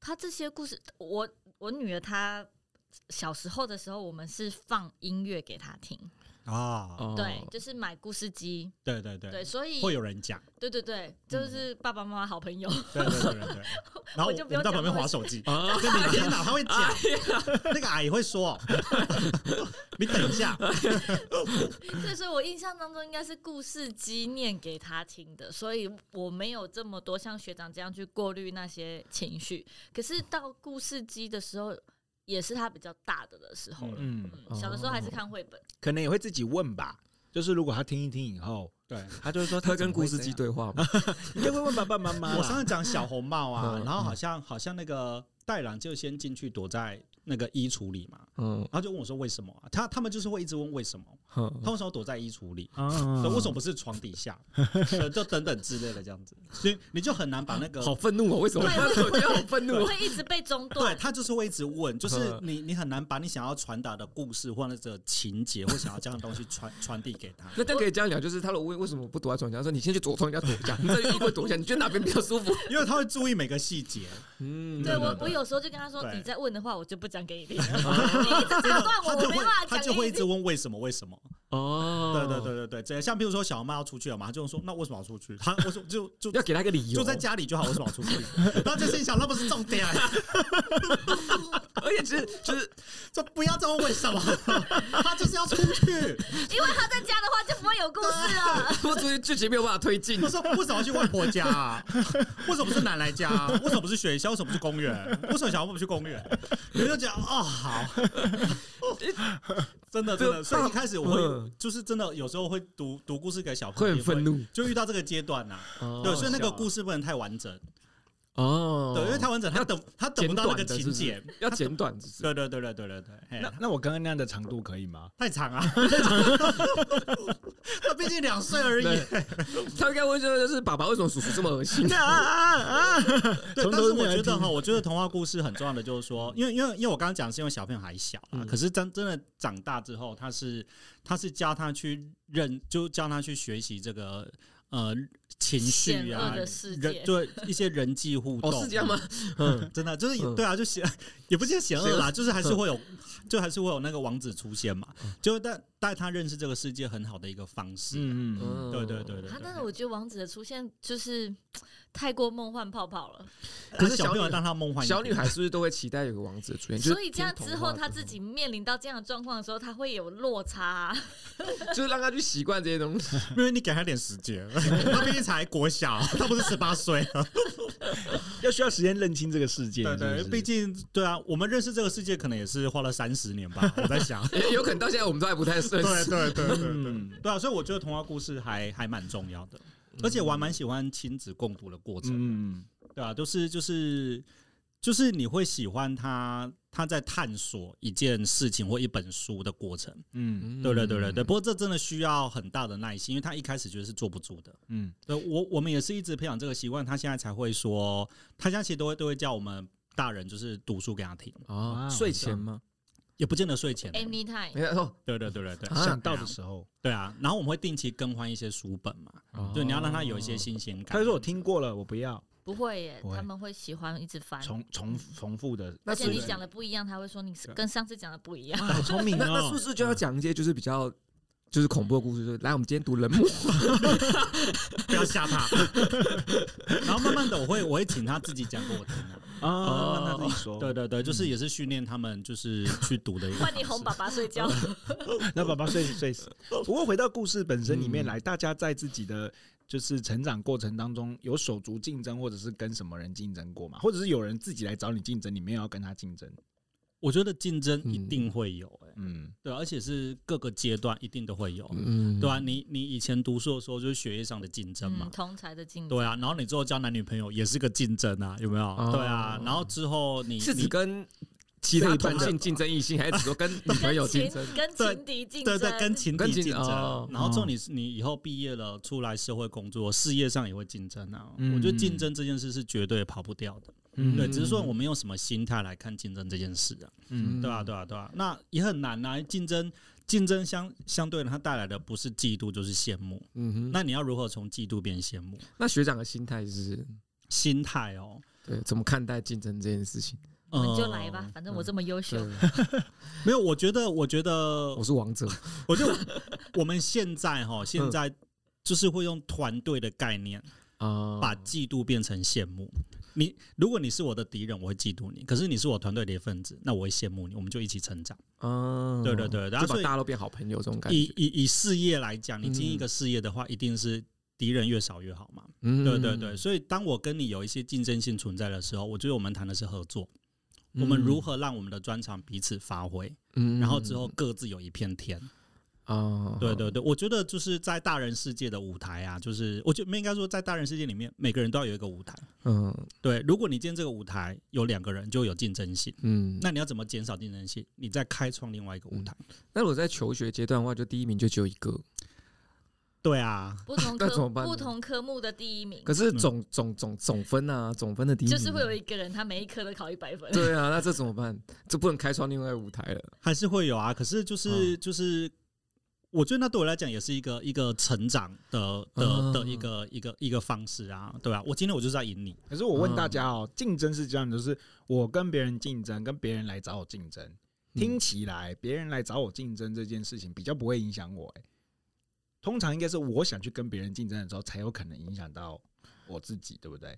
Speaker 1: 他这些故事，我我女儿她小时候的时候，我们是放音乐给她听，
Speaker 4: 啊，
Speaker 3: 哦
Speaker 1: 对，就是买故事机，
Speaker 4: 对对对
Speaker 1: 对，，嗯所以
Speaker 4: 会有人讲，
Speaker 1: 对对对，就是爸爸妈妈好朋友，
Speaker 4: 对对 对对对。然后
Speaker 1: 我就
Speaker 4: 我
Speaker 1: 不用
Speaker 4: 们在旁边
Speaker 1: 讲话
Speaker 4: 划 手机，
Speaker 3: 啊，
Speaker 4: 跟你天哪，他会讲，
Speaker 1: 哎
Speaker 4: 那个阿姨 会说，你等一下，
Speaker 1: 对，所以我印象当中应该是故事机念给她听的，所以我没有这么多像学长这样去过滤那些情绪。可是到故事机的时候，也是他比较大的的时候了。
Speaker 2: 嗯，
Speaker 1: 嗯，小的时候还是看绘本，
Speaker 2: 可能也会自己问吧。就是如果他听一听以后，
Speaker 4: 对。
Speaker 2: 他就会说
Speaker 3: 他
Speaker 2: 怎
Speaker 3: 跟
Speaker 2: 么
Speaker 3: 故
Speaker 2: 会
Speaker 3: 事
Speaker 2: 这
Speaker 3: 机
Speaker 2: 样，
Speaker 3: 对话嘛。
Speaker 2: 应该会问爸爸妈妈啦。
Speaker 4: 我上次讲小红帽啊，
Speaker 3: 嗯
Speaker 4: 然后好像好像那个戴朗就先进去躲在那个衣橱里嘛，
Speaker 3: 嗯，
Speaker 4: 然后就问我说为什么、啊？他他们就是会一直问为什么，他
Speaker 3: 哼
Speaker 4: 为什么躲在衣橱里？
Speaker 2: 嗯，
Speaker 4: 对，
Speaker 2: 嗯
Speaker 4: 为什么不是床底下？对就等等之类的这样子，所以你就很难把那个
Speaker 3: 好愤怒哦！为什么？
Speaker 1: 对
Speaker 3: 我觉得好愤怒
Speaker 1: 我
Speaker 3: 哦。
Speaker 1: 会一直被中
Speaker 4: 对
Speaker 1: 断。
Speaker 4: 他就是会一直问，就是
Speaker 3: 嗯
Speaker 4: 你你很难把你想要传达的故事或者情节或想要这样的东西传传递给他。
Speaker 3: 那但可以这样聊，就是他如果问为什么不躲在床下，他说你先去左床底下躲一下，你再去衣柜躲一下，你觉得哪边比较舒服？
Speaker 4: 因为他会注意每个细节，
Speaker 3: 嗯，
Speaker 1: 对我
Speaker 4: 对，
Speaker 1: 我
Speaker 4: 对
Speaker 1: 有时候就跟他说：“
Speaker 4: 对
Speaker 1: 你再问的话，我就不讲给你 听。你一直打断
Speaker 4: 他
Speaker 1: 我，我
Speaker 4: 就
Speaker 1: 没
Speaker 4: 会
Speaker 1: 办法
Speaker 4: 他
Speaker 1: 讲
Speaker 4: 就
Speaker 1: 给
Speaker 4: 会一
Speaker 1: 你
Speaker 4: 直
Speaker 1: 听。
Speaker 4: 问为什么为什么，
Speaker 3: 哦，
Speaker 4: 对对，对对对，这像比如说小妈要出去了嘛，他就会说那为什么要出去？他我说就就
Speaker 3: 要给他一个理由。
Speaker 4: 就在家里就好，为什么要出去？然后就心想那不是重点，
Speaker 3: 而且其实就是
Speaker 4: 就不要这么为什么，他就是要出去。”
Speaker 1: 因为他在家的话就不会有故事了。
Speaker 3: 我觉得剧情没有办法推进
Speaker 4: 不。是为什么要去外婆家、啊？ 为什么不是奶奶家、啊？为什么不是学校？为什么不是公园？为什么小朋友不去公园？你就觉得哦，好，真的真的。所以一开始我会
Speaker 3: 嗯
Speaker 4: 就是真的有时候会读读故事给小朋
Speaker 3: 会
Speaker 4: 友，
Speaker 3: 很愤
Speaker 4: 怒，
Speaker 3: 怒，啊
Speaker 4: 就遇到这个阶段呐、对，所以那个故事不能太完整，
Speaker 3: 哦，
Speaker 4: 对，因为太完整，他等他等不到那个情
Speaker 3: 简
Speaker 4: 节，
Speaker 3: 要简短，只是
Speaker 4: 对对对对对对对，嘿
Speaker 2: 那那我刚刚那样的长度可以吗？
Speaker 4: 太长啊， 他毕竟两岁而已。
Speaker 3: 对他应该会说，就是爸爸为什么叔叔这么恶心？
Speaker 4: 对，
Speaker 2: 从
Speaker 4: 但
Speaker 2: 头
Speaker 4: 是
Speaker 2: 到尾
Speaker 4: 我觉
Speaker 2: 听
Speaker 4: 得哈，我觉得童话故事很重要的就是说，因为因为因为我刚刚讲是因为小朋友还小啊，
Speaker 3: 嗯
Speaker 4: 可是真真的长大之后，他是他是教他去认，就教他去学习这个呃情绪
Speaker 1: 险
Speaker 4: 啊
Speaker 1: 恶的世，界
Speaker 4: 人对一些人际 互动，
Speaker 3: 哦，是这样吗？？ 嗯，
Speaker 4: 真的就是也
Speaker 3: 嗯
Speaker 4: 对啊，就险也不见险恶啦，就是还是会有，就还是会有那个王子出现嘛，就带带他认识这个世界很好的一个方式。
Speaker 2: 嗯嗯嗯，
Speaker 4: 对对对对，
Speaker 1: 他
Speaker 4: 对
Speaker 1: 但是我觉得王子的出现就是太过梦幻泡泡了。
Speaker 3: 可是
Speaker 4: 小
Speaker 3: 小
Speaker 4: 朋
Speaker 3: 女
Speaker 4: 友
Speaker 3: 孩
Speaker 4: 让他梦幻一点
Speaker 3: 小女孩是不是都会期待有个王子的出现？就是
Speaker 1: 所以这样
Speaker 3: 听
Speaker 1: 之
Speaker 3: 童话
Speaker 1: 后，他自己面临到这样的状况的时候，他会有落差啊、
Speaker 3: 就是让她去习惯这些东西。
Speaker 4: 因为你给他点时间， 他毕竟才国小， 他不是十八岁。
Speaker 2: 要需要时间认清这个世界，
Speaker 4: 对
Speaker 2: 是
Speaker 4: 对，
Speaker 2: 不是
Speaker 4: 毕竟对啊，我们认识这个世界可能也是花了三十年 吧，我在想。
Speaker 3: 也有可能到现在我们都还 不太认
Speaker 4: 对
Speaker 3: 识。
Speaker 4: 对对对
Speaker 2: 嗯
Speaker 4: 对，对啊，所以我觉得童话故事还还蛮重要的，而且我还蛮喜欢亲子共读的过程，
Speaker 2: 嗯，
Speaker 4: 对啊，就是就是就是你会喜欢他他在探索一件事情或一本书的过程，
Speaker 2: 嗯
Speaker 4: 对对对对对。不过这真的需要很大的耐心，因为他一开始就是坐不住的。
Speaker 2: 嗯
Speaker 4: 对我我们也是一直培养这个习惯，他现在才会说，他现在其实都会都会叫我们大人就是读书给他听，
Speaker 2: 哇
Speaker 3: 啊，睡前吗？
Speaker 4: 也不见得睡前。
Speaker 3: 哎
Speaker 1: a n y t i m
Speaker 3: 没
Speaker 1: e
Speaker 3: 有哦，
Speaker 4: 对对对对对
Speaker 2: 嗯，想到的时候，
Speaker 4: 对啊，然后我们会定期更换一些书本嘛，
Speaker 3: 哦
Speaker 4: 嗯对，你要让他有一些新鲜感。
Speaker 2: 他就说我听过了，我不要
Speaker 1: 不会耶
Speaker 2: 不会
Speaker 1: 他们会喜欢一直翻，
Speaker 2: 重重重复的，
Speaker 1: 而
Speaker 3: 那
Speaker 1: 且
Speaker 3: 是啊
Speaker 1: 你讲的不一样，他会说你是跟上次讲的不一样。
Speaker 2: 哇，好聪明
Speaker 3: 那那是不
Speaker 2: 哦，
Speaker 3: 是就要讲一些就是比较就是恐怖的故事？就是来，我们今天读人母，
Speaker 4: 不要吓他。 然后慢慢的，我会我会请他自己讲给我听啊。
Speaker 2: 啊，那自己说，
Speaker 4: 对，对对，就是也是训练他们就是去读的一个方
Speaker 1: 换
Speaker 4: 式。
Speaker 1: 你哄爸爸睡
Speaker 3: 哦
Speaker 1: 觉，
Speaker 2: 那爸爸睡死睡死。 不过回到故事本身里面来，大家在自己的就是成长过程当中，有手足竞争，或者是跟什么人竞争过嘛，或者是有人自己来找你竞争，你没有要跟他竞争，
Speaker 4: 我觉得竞争一定会有、欸，
Speaker 2: 嗯
Speaker 4: 对，而且是各个阶段一定都会有，
Speaker 3: 嗯，
Speaker 4: 对啊，你你以前读书的时候就是学业上的竞争嘛
Speaker 1: 嗯，，同才的竞争，
Speaker 4: 对啊，然后你之后交男女朋友也是个竞争啊，有没有？
Speaker 3: 哦
Speaker 4: 对啊，然后之后你
Speaker 3: 是指
Speaker 4: 你
Speaker 3: 跟其他同性竞争异性，还是只说 跟女朋友
Speaker 1: 跟
Speaker 3: 竞
Speaker 1: 情
Speaker 3: 争？
Speaker 1: 跟
Speaker 4: 对
Speaker 1: 情敌竞
Speaker 4: 对
Speaker 1: 争，
Speaker 4: 对，跟情
Speaker 3: 跟
Speaker 4: 敌
Speaker 3: 情
Speaker 4: 竞争，
Speaker 3: 哦
Speaker 4: 然后之后你你以后毕业了，出来社会工作，事业上也会竞争啊。
Speaker 2: 嗯
Speaker 4: 我觉得竞争这件事是绝对跑不掉的，
Speaker 2: 嗯
Speaker 4: 对，只是说我们用什么心态来看竞争这件事啊，
Speaker 2: 嗯
Speaker 4: 对啊，对啊，对啊，那也很难啊，竞争竞争相相对的，它带来的不是嫉妒就是羡慕，
Speaker 3: 嗯哼，那
Speaker 4: 那你要如何从嫉妒变羡慕？
Speaker 3: 那学长的心态是
Speaker 4: 心态哦，
Speaker 3: 对怎么看待竞争这件事情？
Speaker 1: 我们就
Speaker 4: 呃
Speaker 1: 来吧，反正我这么优秀
Speaker 3: 哦嗯对，，
Speaker 4: 啊没有，我觉得，我觉得
Speaker 3: 我，是王 者，
Speaker 4: 我就我们现在哈，现
Speaker 3: 嗯
Speaker 4: 在就是会用团队的概念。
Speaker 3: 啊，
Speaker 4: 把嫉妒变成羡慕。你如果你是我的敌人，我会嫉妒你；可是你是我团队的一份子，那我会羡慕你，我们就一起成长。
Speaker 3: 嗯，
Speaker 4: 对对对然后
Speaker 3: 就把
Speaker 4: 所以
Speaker 3: 大家都变好朋友这种感
Speaker 4: 以
Speaker 3: 觉，
Speaker 4: 以以事业来讲，你经营
Speaker 3: 嗯
Speaker 4: 一个事业的话，一定是敌人越少越好嘛。
Speaker 3: 嗯
Speaker 4: 对对对，，所以当我跟你有一些竞争性存在的时候，我觉得我们谈的是合作，我
Speaker 3: 嗯
Speaker 4: 们如何让我们的专长彼此发挥，
Speaker 3: 嗯，嗯
Speaker 4: 然后之后各自有一片天。
Speaker 2: 嗯
Speaker 3: 啊，
Speaker 4: 对对对，我觉得就是在大人世界的舞台啊，就是我觉得应该说，在大人世界里面，每个人都要有一个舞台。
Speaker 3: 嗯
Speaker 4: 对，如果你今天这个舞台有两个人，就有竞争性。
Speaker 3: 嗯，那
Speaker 4: 那你要怎么减少竞争性？你再开创另外一个舞台。
Speaker 2: 嗯
Speaker 3: 那如果在求学阶段的话，就第一名就只有一个，
Speaker 4: 对啊，
Speaker 1: 不 同
Speaker 3: 那怎
Speaker 1: 科
Speaker 3: 么办呢
Speaker 1: 不同科目的第一名
Speaker 3: 可，
Speaker 4: 嗯
Speaker 3: 是总总总总分啊，总分的第一名
Speaker 1: 就是会有一个人他每一科都考一百分，
Speaker 3: 对啊，那这怎么办？这不能开创另外一个舞台了。
Speaker 4: 还是会有啊。可是就是、就是，
Speaker 2: 嗯
Speaker 4: 我觉得那对我来讲也是一个一个成长的的
Speaker 3: 嗯
Speaker 4: 的一个一个一个方式啊，对啊，我今天我就是要赢你，
Speaker 2: 可是我问大家哦，竞争是这样的，就是我跟别人竞争，跟别人来找我竞争，
Speaker 3: 嗯
Speaker 2: 听起来别人来找我竞争这件事情比较不会影响我、欸，通常应该是我想去跟别人竞争的时候，才有可能影响到我自己，对不对？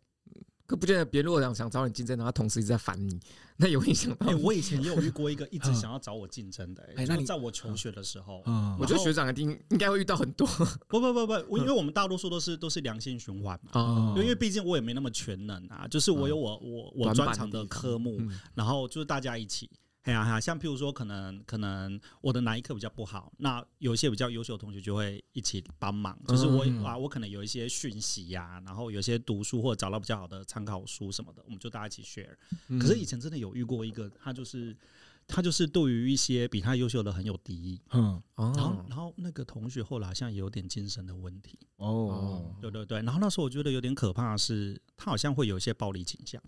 Speaker 3: 可不见得别人如果想想找你竞争，然后他同时一直在烦你，那也会影响到
Speaker 4: 哎、
Speaker 3: 你。
Speaker 4: 我以前也有遇过一个一直想要找我竞争的、
Speaker 2: 嗯 哎
Speaker 4: 哎、
Speaker 2: 那你
Speaker 4: 就是在我求学的时候，
Speaker 2: 嗯
Speaker 3: 我觉得学长一定应该会遇到很 多
Speaker 4: 不不不不，我因为我们大多数都是都是良性循环嘛。
Speaker 2: 哦
Speaker 4: 因为毕竟我也没那么全能啊，就是我有我我我
Speaker 3: 嗯短板
Speaker 4: 专
Speaker 3: 的
Speaker 4: 长的
Speaker 3: 地方
Speaker 4: 科目，
Speaker 3: 嗯
Speaker 4: 然后就是大家一起。哎呀、嘿啊，像譬如说，可能可能我的哪一科比较不好，那有一些比较优秀的同学就会一起帮忙。就是我、
Speaker 3: 嗯
Speaker 4: 啊，我可能有一些讯息呀、然后有一些读书或者找到比较好的参考书什么的，我们就大家一起 share。
Speaker 3: 嗯
Speaker 4: 可是以前真的有遇过一个，他就是他就是对于一些比他优秀的很有敌意，
Speaker 2: 嗯
Speaker 4: 然后
Speaker 3: 哦
Speaker 4: 然后那个同学后来好像也有点精神的问题。
Speaker 2: 哦，
Speaker 4: 对对对，然后那时候我觉得有点可怕的是，他好像会有一些暴力倾向，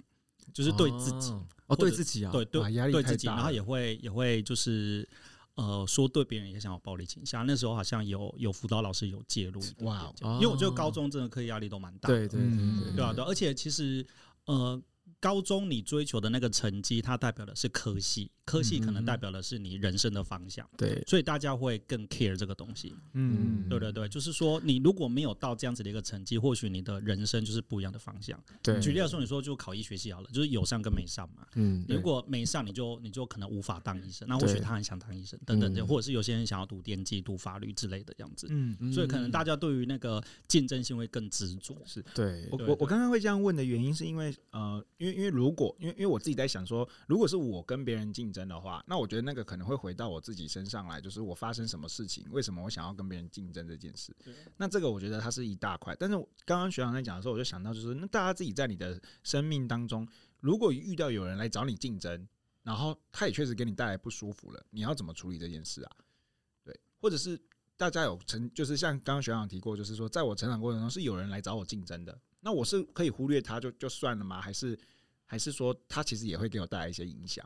Speaker 4: 就是对自己，
Speaker 3: 哦
Speaker 4: 或
Speaker 3: 哦，
Speaker 4: 者
Speaker 3: 对自己啊，
Speaker 4: 对对、
Speaker 2: 哇压力
Speaker 4: 对
Speaker 2: 太
Speaker 4: 自己，
Speaker 2: 大了
Speaker 4: 然后也会也会就是呃说对别人也想有暴力倾向。那时候好像有有辅导老师有介入，
Speaker 2: 哇，
Speaker 3: 哦，
Speaker 4: 因为我觉得高中真的课业压力都蛮大
Speaker 3: 对
Speaker 4: 的，
Speaker 3: 对对
Speaker 2: 嗯
Speaker 3: 对
Speaker 4: 对啊对啊而且其实呃高中你追求的那个成绩，它代表的是科系，科系
Speaker 2: 嗯
Speaker 4: 可能代表的是你人生的方向，
Speaker 3: 对，
Speaker 4: 所以大家会更 care 这个东西。
Speaker 2: 嗯，
Speaker 4: 对对对，就是说你如果没有到这样子的一个成绩，或许你的人生就是不一样的方向。
Speaker 3: 对，
Speaker 4: 举例来说，你说就考医学系好了，就是有上跟没上嘛。
Speaker 3: 嗯，对
Speaker 4: 如果没上，你就你就可能无法当医生。那或许
Speaker 3: 对
Speaker 4: 他很想当医生，等等
Speaker 3: 嗯
Speaker 4: 等，或者是有些人想要读电机、读法律之类的这样子。
Speaker 2: 嗯，
Speaker 4: 所以可能大
Speaker 3: 家
Speaker 4: 家对于那个竞争性会更执着。
Speaker 2: 是。
Speaker 3: 对
Speaker 2: 我
Speaker 4: 对
Speaker 2: 我
Speaker 4: 对
Speaker 2: 我刚刚会这样问的原因，是因为呃，因为因为如果因为因为我自己在想说，如果是我跟别人竞争的话，那我觉得那个可能会回到我自己身上来，就是我发生什么事情，为什么我想要跟别人竞争这件事。那这个我觉得它是一大块，但是我刚刚学长在讲的时候，我就想到就是，那大家自己在你的生命当中，如果遇到有人来找你竞争，然后他也确实给你带来不舒服了，你要怎么处理这件事啊？对，或者是大家有成，就是像刚刚学长提过，就是说，在我成长过程中是有人来找我竞争的，那我是可以忽略他就就算了吗？还是还是说他其实也会给我带来一些影响？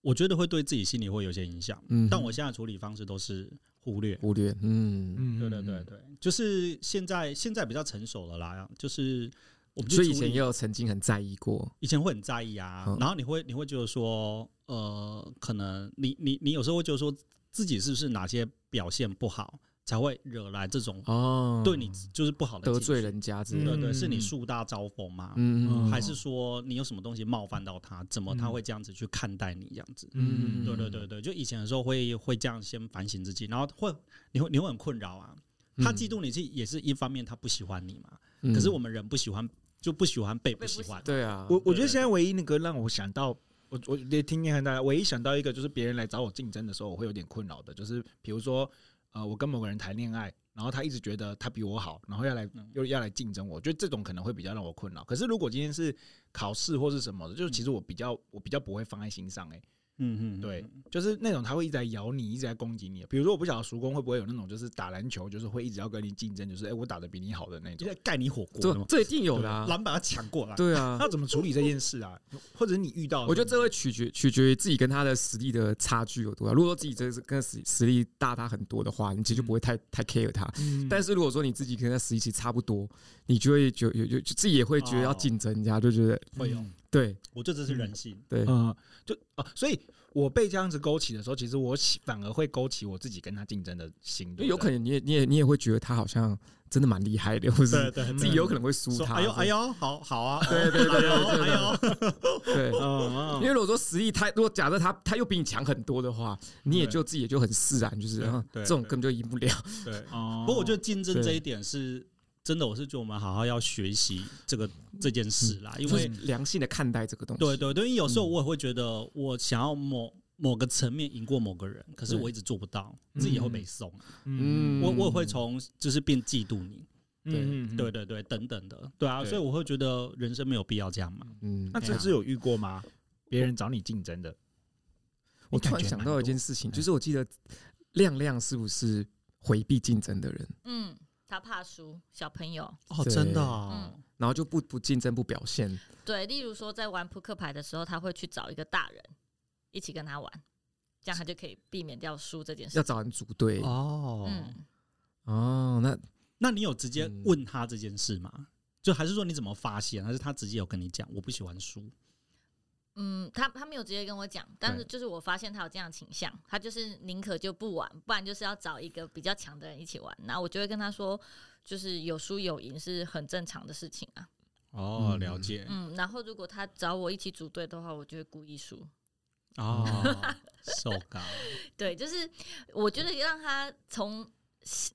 Speaker 4: 我觉得会对自己心里会有些影响，
Speaker 3: 嗯
Speaker 4: 但我现在处理方式都是忽略。
Speaker 3: 忽略，嗯，
Speaker 2: 嗯
Speaker 4: 对对对，对，就是现在现在比较成熟了啦，就是我们去
Speaker 3: 所以以
Speaker 4: 处
Speaker 3: 前
Speaker 4: 理
Speaker 3: 也有曾经很在意过，
Speaker 4: 以前会很在意啊，
Speaker 3: 嗯
Speaker 4: 然后你会你会觉得说，呃，可能你你你有时候会觉得说自己是不是哪些表现不好，才会惹来这种
Speaker 3: 哦，
Speaker 4: 对你就是不好的
Speaker 3: 得
Speaker 4: 情绪
Speaker 3: 罪，人家之类
Speaker 4: 对
Speaker 3: 的，
Speaker 4: 对，
Speaker 2: 嗯
Speaker 4: 是你树大招风吗？
Speaker 3: 嗯，
Speaker 4: 还是说你有什么东西冒犯到他，怎么他会这样子去看待你这样子？
Speaker 3: 嗯
Speaker 4: 对对对对，就以前的时候会会这样先反省自己，然后会你会你会很困扰啊。他嫉妒你是也是一方面，他不喜欢你嘛。
Speaker 3: 嗯，
Speaker 4: 可是我们人不喜欢就不喜欢被
Speaker 1: 被
Speaker 4: 不喜
Speaker 1: 不喜
Speaker 4: 欢，
Speaker 3: 对啊，
Speaker 2: 我我觉得
Speaker 4: 对对
Speaker 2: 现在唯一那个让我想到，我我也听见很大家，唯一想到一个就是别人来找我竞争的时候，我会有点困扰的，就是比如说，呃，我跟某个人谈恋爱，然后他一直觉得他比我好，然后要来
Speaker 4: 嗯
Speaker 2: 又要来竞争我，我觉得这种可能会比较让我困扰。可是如果今天是考试或是什么的，就是其实我比较我比较不会放在心上、欸，
Speaker 4: 嗯嗯，嗯
Speaker 2: 对，就是那种他会一直在咬你，一直在攻击你。比如说，我不晓得叔公会不会有那种，就是打篮球就是会一直要跟你竞争，就是哎、我打的比你好的那
Speaker 4: 就
Speaker 2: 种
Speaker 4: 在。盖你火锅的
Speaker 3: 这
Speaker 4: 嘛，
Speaker 3: 这一定有的啊，
Speaker 4: 狼把他抢过来，
Speaker 3: 对啊，
Speaker 2: 那怎么处理这件事啊？ 或者你遇到，
Speaker 3: 我觉得这会取决取决于自己跟他的实力的差距有多大。如果说自己真的是跟实实力大他很多的话，你其实就
Speaker 4: 嗯
Speaker 3: 不会太太 care 他。
Speaker 2: 嗯，
Speaker 3: 但是如果说你自己跟他实力其实差不多，你就会觉有有就自己也会觉得要竞争，人家就觉得
Speaker 4: 哦会有，
Speaker 3: 对
Speaker 4: 我觉得这是人性。
Speaker 3: 对，
Speaker 2: 嗯，就哦，所以我被这样子勾起的时候，其实我喜反而会勾起我自己跟他竞争的心，
Speaker 3: 因为有可
Speaker 2: 能
Speaker 3: 能你也你也你也会觉得他好像真的蛮厉害的，或
Speaker 4: 对
Speaker 3: 是
Speaker 4: 对，
Speaker 3: 嗯自己有可能会输
Speaker 4: 说
Speaker 3: 他。
Speaker 4: 哎呦
Speaker 3: 这
Speaker 4: 哎呦，好好啊，
Speaker 3: 对对对
Speaker 4: 哎呦
Speaker 3: 对
Speaker 4: 哎呦，
Speaker 3: 对对。
Speaker 2: 嗯，
Speaker 3: 因为如果说实力他，如果假设他他又比你强很多的话，你也
Speaker 4: 对
Speaker 3: 就自己也就很释然，就是
Speaker 4: 对
Speaker 3: 啊
Speaker 4: 对
Speaker 3: 这种
Speaker 4: 对
Speaker 3: 根本就赢不了。
Speaker 4: 对。
Speaker 2: 哦
Speaker 4: 不过我觉得竞争
Speaker 3: 对
Speaker 4: 这一点是真的，我是觉得我们好好要学习这个这件事啦，因
Speaker 3: 嗯就是嗯
Speaker 4: 为
Speaker 3: 良性的看待这个东西。
Speaker 4: 对对对，因为有时候我也会觉得我想要某。某个层面赢过某个人，可是
Speaker 3: 对
Speaker 4: 我一直做不到，自己也会被送。啊
Speaker 3: 嗯
Speaker 4: 我我也会从就是变嫉妒你，
Speaker 2: 嗯
Speaker 4: 对。对对，等等的，对啊，
Speaker 2: 对
Speaker 4: 所以我会觉得人生没有必要这样嘛。
Speaker 3: 嗯
Speaker 2: 那这是有遇过吗？别人找你竞争的，
Speaker 3: 我突然想到一件事情，就是我记得亮亮是不是回避竞争的人，
Speaker 1: 嗯，他怕输，小朋友。
Speaker 4: 哦，
Speaker 3: 对
Speaker 4: 真的、
Speaker 2: 嗯
Speaker 4: 哦，
Speaker 3: 然后就不不竞争不表现，
Speaker 1: 对，例如说在玩扑克牌的时候，他会去找一个大人一起跟他玩，这样他就可以避免掉输这件事
Speaker 3: 要。找人组队。
Speaker 4: 哦，嗯
Speaker 1: 嗯，
Speaker 3: 哦，那
Speaker 4: 那你有直接问他这件事吗？就还是说你怎么发现？还是他直接有跟你讲我不喜欢输？
Speaker 1: 嗯，他他没有直接跟我讲，但是
Speaker 3: 对
Speaker 1: 就是我发现他有这样的倾向，他就是宁可就不玩，不然就是要找一个比较强的人一起玩。然后我就会跟他说，就是有输有赢是很正常的事情啊。
Speaker 4: 哦
Speaker 3: 嗯了
Speaker 4: 解
Speaker 1: 嗯，然后如果他找我一起组队的话，我就会故意输。
Speaker 4: 哦， 受高，
Speaker 1: 对，就是我觉得让他从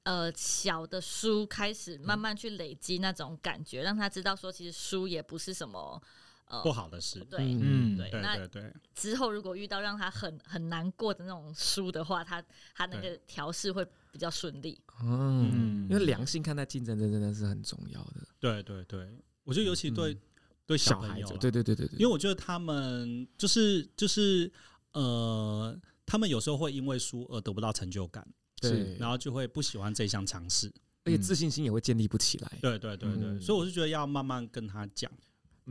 Speaker 1: 呃小的输开始，慢慢去累积那种感觉，让他知道说，其实输也不是什么呃
Speaker 4: 不好的事。
Speaker 1: 对
Speaker 2: 嗯
Speaker 1: 对，
Speaker 4: 对
Speaker 1: 那
Speaker 4: 对对，
Speaker 1: 之后如果遇到让他很很难过的那种输的话，他他那个调试会比较顺利。
Speaker 3: 嗯，因为
Speaker 2: 两。
Speaker 3: 良性看待竞争，真的是很重要的。
Speaker 4: 对对对，我觉得尤其对、
Speaker 3: 嗯
Speaker 4: 对
Speaker 3: 小
Speaker 4: 朋
Speaker 3: 孩
Speaker 4: 友啊
Speaker 3: 子
Speaker 4: 啦，
Speaker 3: 对对对对
Speaker 4: 因为
Speaker 3: 对，
Speaker 4: 我觉得他们就是就是呃，他们有时候会因为输而得不到成就感，
Speaker 3: 对，嗯
Speaker 4: 然后就会不喜欢这项尝试。
Speaker 3: 而且自信心也会建立不起来。
Speaker 4: 对对对对，
Speaker 3: 嗯
Speaker 4: 所以我是觉得要慢慢跟他讲。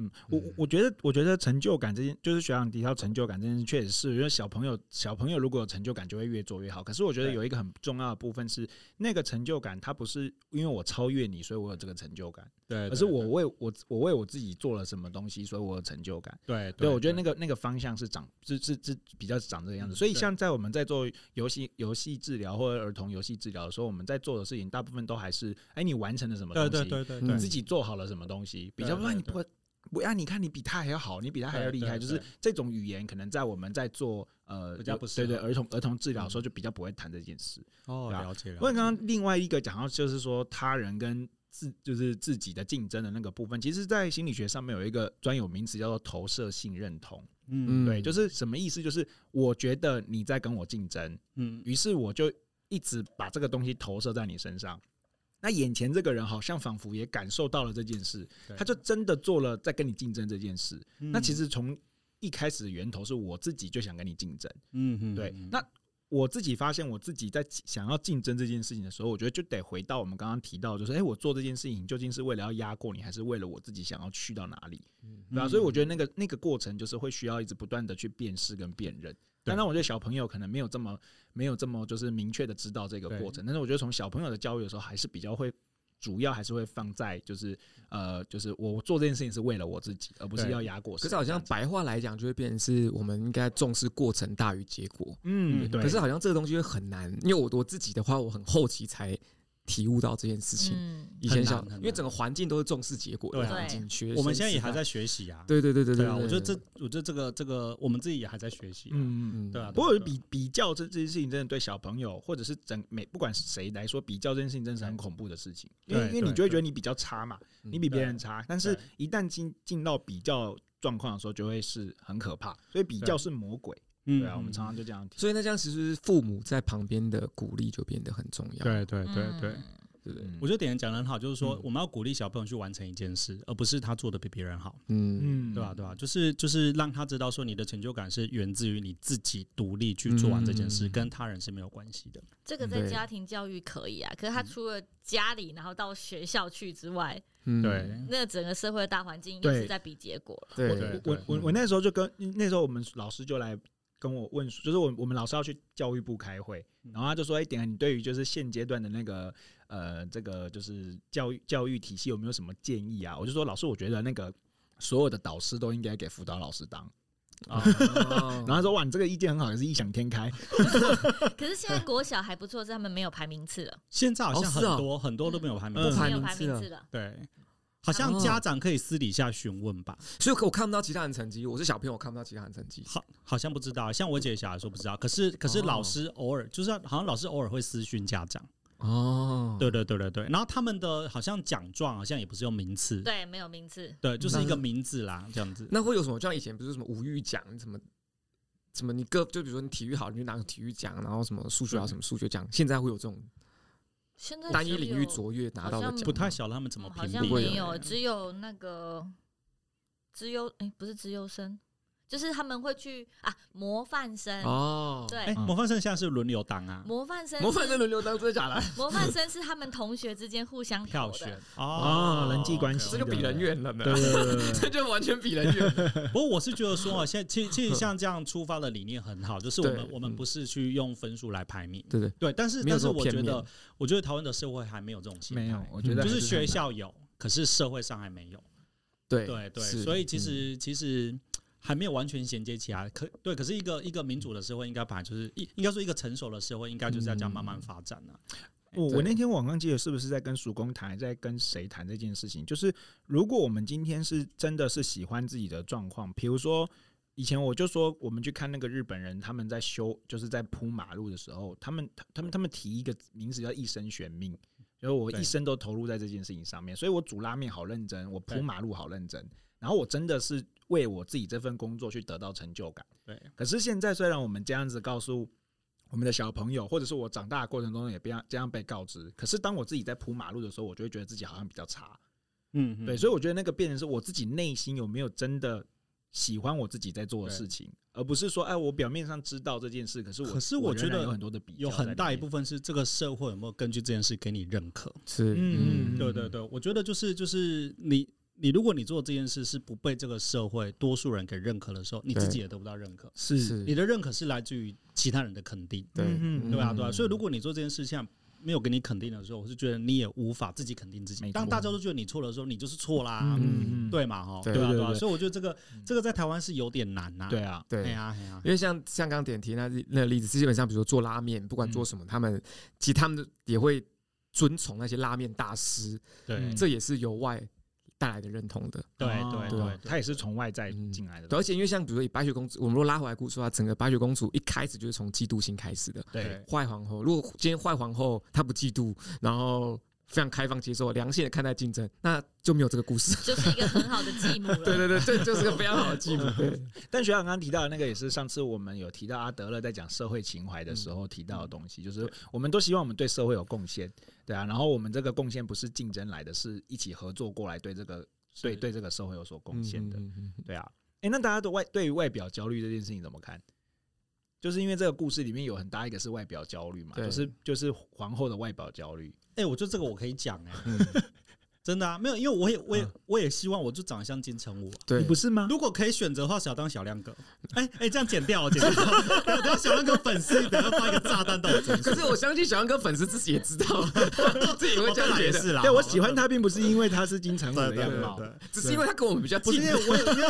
Speaker 2: 嗯，我我我觉得，我觉得成就感这件，就是学长提到成就感这件事，确实是，因为小朋友小朋友如果有成就感，就会越做越好。可是我觉得
Speaker 4: 对
Speaker 2: 有一个很重要的部分是，那个成就感它不是因为我超越你，所以我有这个成就感，
Speaker 4: 对，
Speaker 2: 而是我为我我为我自己做了什么东西，所以我有成就感。
Speaker 4: 对嗯
Speaker 2: 对，我觉得那个那个方向是长是是是比较长这个样子。所以
Speaker 4: 对
Speaker 2: 像在我们在做游戏游戏治疗或者儿童游戏治疗的时候，我们在做的事情大部分都还是，哎，你完成了什么东
Speaker 4: 对
Speaker 2: 西？
Speaker 4: 对对对
Speaker 3: 嗯
Speaker 2: 你
Speaker 4: 对
Speaker 2: 自己做好了什么东西，比
Speaker 4: 对
Speaker 2: 较不然你
Speaker 4: 对
Speaker 2: 不不啊要你看你比他还要好，你比他还要
Speaker 4: 对
Speaker 2: 厉
Speaker 4: 对
Speaker 2: 害，就是
Speaker 4: 对
Speaker 2: 这种语言可能在我们在做呃
Speaker 4: 比较不适
Speaker 2: 对
Speaker 4: 合
Speaker 2: 对儿童儿童治疗的时候就比较不会谈这件事。
Speaker 4: 哦，
Speaker 2: 对啊
Speaker 4: 了解了
Speaker 2: 不过
Speaker 4: 解。
Speaker 2: 刚刚另外一个讲到就是说他人跟自就是自己的竞争的那个部分，其实，在心理学上面有一个专有名词叫做投射性认同。
Speaker 4: 嗯
Speaker 2: 对，就是什么意思？就是我觉得你在跟我竞争，
Speaker 4: 嗯
Speaker 2: 于是我就一直把这个东西投射在你身上。那眼前这个人好像仿佛也感受到了这件事，
Speaker 4: 对
Speaker 2: 他就真的做了在跟你竞争这件事。
Speaker 4: 嗯
Speaker 2: 那其实从一开始的源头是我自己就想跟你竞争，
Speaker 4: 嗯嗯
Speaker 2: 对
Speaker 4: 嗯。
Speaker 2: 那我自己发现我自己在想要竞争这件事情的时候，我觉得就得回到我们刚刚提到，就是哎、诶我做这件事情究竟是为了要压过你，还是为了我自己想要去到哪里？对啊，
Speaker 4: 嗯
Speaker 2: 所以我觉得那个那个过程就是会需要一直不断的去辨识跟辨认。
Speaker 4: 对
Speaker 2: 当然，我觉得小朋友可能没有这么没有这么就是明确的知道这个
Speaker 4: 对
Speaker 2: 过程，但是我觉得从小朋友的教育的时候，还是比较会主要还是会放在就是呃，就是我做这件事情是为了我自己，而不是
Speaker 4: 对
Speaker 2: 要压过谁。
Speaker 3: 可是好像白话来讲，就会变成是我们应该重视过程大于结果。
Speaker 2: 嗯，
Speaker 4: 嗯
Speaker 2: 对。
Speaker 3: 可是好像这个东西会很难，因为我我自己的话，我很后期才体悟到这件事情。
Speaker 1: 嗯，
Speaker 3: 以前小
Speaker 4: 很难，很
Speaker 3: 因为
Speaker 4: 难
Speaker 3: 整个环境都是重视结果的
Speaker 4: 对啊
Speaker 3: 环境，学
Speaker 4: 我
Speaker 3: 生
Speaker 4: 们现在也
Speaker 3: 时代
Speaker 4: 还在学习啊。
Speaker 3: 对对对对
Speaker 4: 对
Speaker 3: 对
Speaker 4: 啊，我觉得这，我觉得这个这个，我们自己也还在学习啊。
Speaker 2: 嗯嗯。
Speaker 3: 嗯
Speaker 4: 对啊，
Speaker 2: 不过
Speaker 4: 对啊
Speaker 2: 比比较这这件事情，真的对小朋友或者是整每不管是谁来说，比较这件事情真的是很恐怖的事情，因为
Speaker 4: 对
Speaker 2: 因为你
Speaker 4: 对
Speaker 2: 就会
Speaker 4: 对
Speaker 2: 觉得你比较差嘛，
Speaker 3: 嗯
Speaker 2: 你比别
Speaker 4: 对
Speaker 2: 人差，但是
Speaker 4: 对
Speaker 2: 一旦进进到比较状况的时候，就会是很可怕，所以比较是魔鬼，
Speaker 4: 嗯
Speaker 2: 对啊，我们常常就这样提。
Speaker 3: 所以那这样其实父母在旁边的鼓励就变得很重要，
Speaker 4: 对对对对，
Speaker 1: 嗯
Speaker 3: 对不对？
Speaker 2: 嗯
Speaker 4: 我觉得点讲的很好，就是说
Speaker 3: 嗯
Speaker 4: 我们要鼓励小朋友去完成一件事，而不是他做的比别人好，
Speaker 3: 嗯，
Speaker 2: 嗯
Speaker 4: 对吧？啊对吧？就是就是让他知道说你的成就感是源自于你自己独立去做完这件事，
Speaker 3: 嗯
Speaker 4: 跟他人是没有关系的。
Speaker 1: 这个在
Speaker 3: 对
Speaker 1: 家庭教育可以啊，可是他除了家里，然后到学校去之外，
Speaker 3: 嗯
Speaker 4: 对
Speaker 1: 那整个社会的大环境又
Speaker 2: 对
Speaker 1: 是在比结果了。
Speaker 3: 对，
Speaker 2: 我
Speaker 4: 对
Speaker 2: 我
Speaker 3: 嗯
Speaker 2: 我那时候就跟那时候我们老师就来跟我问说，就是我我们老师要去教育部开会，
Speaker 4: 嗯
Speaker 2: 然后他就说：“哎、点你对于就是现阶段的那个呃这个就是教育教育体系有没有什么建议啊？”我就说：“老师，我觉得那个。”所有的导师都应该给辅导老师当，
Speaker 4: 啊，
Speaker 3: 哦
Speaker 2: 然后他说哇，你这个意见很好，也是异想天开。
Speaker 1: 可是现在国小还不错，是他们没有排名次了，
Speaker 4: 现在好像
Speaker 3: 哦是
Speaker 4: 很
Speaker 3: 哦
Speaker 4: 多很多都没有排名
Speaker 2: 嗯
Speaker 4: 次，
Speaker 3: 不排
Speaker 1: 没有
Speaker 3: 名
Speaker 1: 排
Speaker 3: 次
Speaker 1: 名
Speaker 3: 了
Speaker 1: 次了。
Speaker 4: 对，好像家长可以私底下询问吧。
Speaker 3: 所以我看不到其他人成绩，我是小朋友，我看不到其他人成绩。
Speaker 4: 好，好像不知道，像我姐小孩说不知道，可是可是
Speaker 3: 哦
Speaker 4: 老师偶尔就是好像老师偶尔会私讯家长，
Speaker 3: 哦，
Speaker 4: 对对对对对，然后他们的好像奖状好像也不是用名次，
Speaker 1: 对，没有名次。
Speaker 4: 对，就是
Speaker 3: 那
Speaker 4: 一个
Speaker 3: 是
Speaker 4: 名字啦，这样子。
Speaker 3: 那会有什么？像以前不是什么五育奖，什么什么你各就比如说你体育好，你就拿个体育奖，然后什么数学好，
Speaker 4: 对
Speaker 3: 什么数学奖。现在会有这种
Speaker 1: 现在
Speaker 3: 单一
Speaker 1: 只
Speaker 3: 领域
Speaker 1: 有
Speaker 3: 卓越拿到的
Speaker 1: 好像
Speaker 3: 奖，
Speaker 4: 不太。晓得他们怎么
Speaker 1: 嗯好
Speaker 4: 评
Speaker 1: 像
Speaker 3: 不
Speaker 4: 估
Speaker 3: 会
Speaker 1: 没
Speaker 3: 有
Speaker 1: 有，
Speaker 3: 人
Speaker 1: 只有那个资优，哎、不是资优生，就是他们会去啊模范生，
Speaker 3: 哦，
Speaker 1: 对，
Speaker 4: 哎，模范生现在是轮流当啊，
Speaker 1: 模范生是，
Speaker 3: 模范生轮流当，真的假的？
Speaker 1: 模范生是他们同学之间互相
Speaker 4: 票
Speaker 1: 投的
Speaker 4: 选
Speaker 2: 哦人际关系
Speaker 3: 这就比人远了呢，
Speaker 2: 对
Speaker 3: 这就完全比人远。
Speaker 4: 不过我是觉得说啊，现在其实其实像这样出发的理念很好，就是我
Speaker 3: 对
Speaker 4: 们我们
Speaker 3: 嗯
Speaker 4: 不是去用分数来排名，
Speaker 3: 对对，
Speaker 4: 对，但是
Speaker 3: 没有
Speaker 4: 但是
Speaker 3: 这么
Speaker 4: 我觉
Speaker 3: 片面
Speaker 4: 得我觉得台湾的社会还没有这种心态，
Speaker 2: 没有，我觉得
Speaker 4: 就
Speaker 2: 还
Speaker 4: 是学
Speaker 2: 很
Speaker 4: 校有，可是社会上还没有。
Speaker 3: 对
Speaker 4: 对对，
Speaker 3: 是
Speaker 4: 所以其
Speaker 3: 嗯
Speaker 4: 实、其实还没有完全衔接起来。可对，可是一个一个民主的社会，应该本来就是一应该说一个成熟的社会，应该就是要这样慢慢发展啊。
Speaker 2: 我我
Speaker 3: 对
Speaker 2: 那天我忘记了是不是在跟曙公谈，在跟谁谈这件事情？就是如果我们今天是真的是喜欢自己的状况，比如说以前我就说，我们去看那个日本人他们在修，就是在铺马路的时候，他们他他们他们提一个名词叫一生悬命。就是我
Speaker 4: 对
Speaker 2: 一生都投入在这件事情上面，所以我煮拉面好认真，我
Speaker 4: 对
Speaker 2: 铺马路好认真，然后我真的是为我自己这份工作去得到成就感。
Speaker 4: 对，
Speaker 2: 可是现在虽然我们这样子告诉我们的小朋友，或者是我长大的过程中也这样这样被告知，可是当我自己在铺马路的时候，我就会觉得自己好像比较差。
Speaker 4: 嗯
Speaker 2: 对，所以我觉得那个变成是我自己内心有没有真的喜欢我自己在做的
Speaker 4: 对
Speaker 2: 事情，而不是说哎，我表面上知道这件事，可是我
Speaker 4: 可是我
Speaker 2: 仍然
Speaker 4: 觉得
Speaker 2: 有很多的比较
Speaker 4: 有很大一部
Speaker 2: 分，
Speaker 4: 分是这个社会有没有根据这件事给你认可？
Speaker 3: 是
Speaker 2: 嗯
Speaker 4: 对对对，我觉得就是就是你你如果你做这件事是不被这个社会多数人给认可的时候，你自己也得不到认可。
Speaker 2: 是，
Speaker 3: 是
Speaker 4: 你，的认可是来自于其他人的肯定，
Speaker 3: 对
Speaker 2: 嗯嗯
Speaker 4: 对啊，
Speaker 3: 嗯
Speaker 4: 对啊。所以如果你做这件事情没有给你肯定的时候，我是觉得你也无法自己肯定自己
Speaker 2: 没。错
Speaker 4: 当大家都觉得你错的时候，你就是错啦，
Speaker 2: 嗯嗯，
Speaker 4: 对嘛？哈，
Speaker 3: 对
Speaker 4: 啊，
Speaker 2: 对
Speaker 4: 对啊。
Speaker 2: 对
Speaker 4: 所以我觉得这个这个在台湾是有点难呐。
Speaker 2: 对，啊，
Speaker 3: 对
Speaker 4: 哎呀，哎呀，
Speaker 3: 因为像像刚刚点题那那个例子，基本上比如说做拉面，不管做什么，他们其实他们也会遵从那些拉面大师，
Speaker 4: 对
Speaker 2: 嗯
Speaker 3: 这也是由外带来的认同的。
Speaker 4: 对啊
Speaker 2: 哦
Speaker 4: 对嗯对对，
Speaker 2: 他也是从外在进来的
Speaker 3: 对，，而且因为像比如说以白雪公主，我们如果拉回来故事的话，整个白雪公主一开始就是从嫉妒心开始的。
Speaker 2: 对，
Speaker 3: 坏皇后，如果今天坏皇后她不嫉妒，然后非常开放接受、良性的看待竞争，那就没有这个故事。
Speaker 1: 就是一个很好的继 母了。
Speaker 3: 对对对，这就是个非常好的记录。对
Speaker 2: 但学长刚刚提到的那个也是上次我们有提到阿德勒在讲社会情怀的时候提到的东西，就是我们都希望我们对社会有贡献，对啊，然后我们这个贡献不是竞争来的，是一起合作过来对这个对对这个社会有所贡献的，
Speaker 3: 嗯嗯嗯
Speaker 2: 对啊。哎，那大家对外对于外表焦虑这件事情怎么看？就是因为这个故事里面有很大一个是外表焦虑嘛，
Speaker 3: 对
Speaker 2: 就是就是皇后的外表焦虑，
Speaker 4: 哎，我觉得这个我可以讲哎，
Speaker 3: 嗯嗯
Speaker 4: 真的啊，没有，因为我也我也
Speaker 3: 嗯
Speaker 4: 我也希望我就长得像金城武啊。
Speaker 3: 对，
Speaker 2: 你不是吗？
Speaker 4: 如果可以选择的话，想当小亮哥。哎、哎、这样剪掉哦，剪掉。等下小亮哥粉丝，等下发一个炸弹到我身上。
Speaker 3: 可是我相信小杨哥粉丝自己也知道，自己也会这样
Speaker 4: 也
Speaker 3: 觉
Speaker 4: 是
Speaker 3: 得，
Speaker 4: 啦。
Speaker 2: 对我喜欢他，并不是因为他是金城武
Speaker 4: 对
Speaker 2: 的
Speaker 4: 对
Speaker 2: 样
Speaker 4: 对
Speaker 2: 貌，
Speaker 4: 对，
Speaker 3: 只是因为他跟我们比较
Speaker 4: 不
Speaker 3: 近
Speaker 4: 是因。为我 因为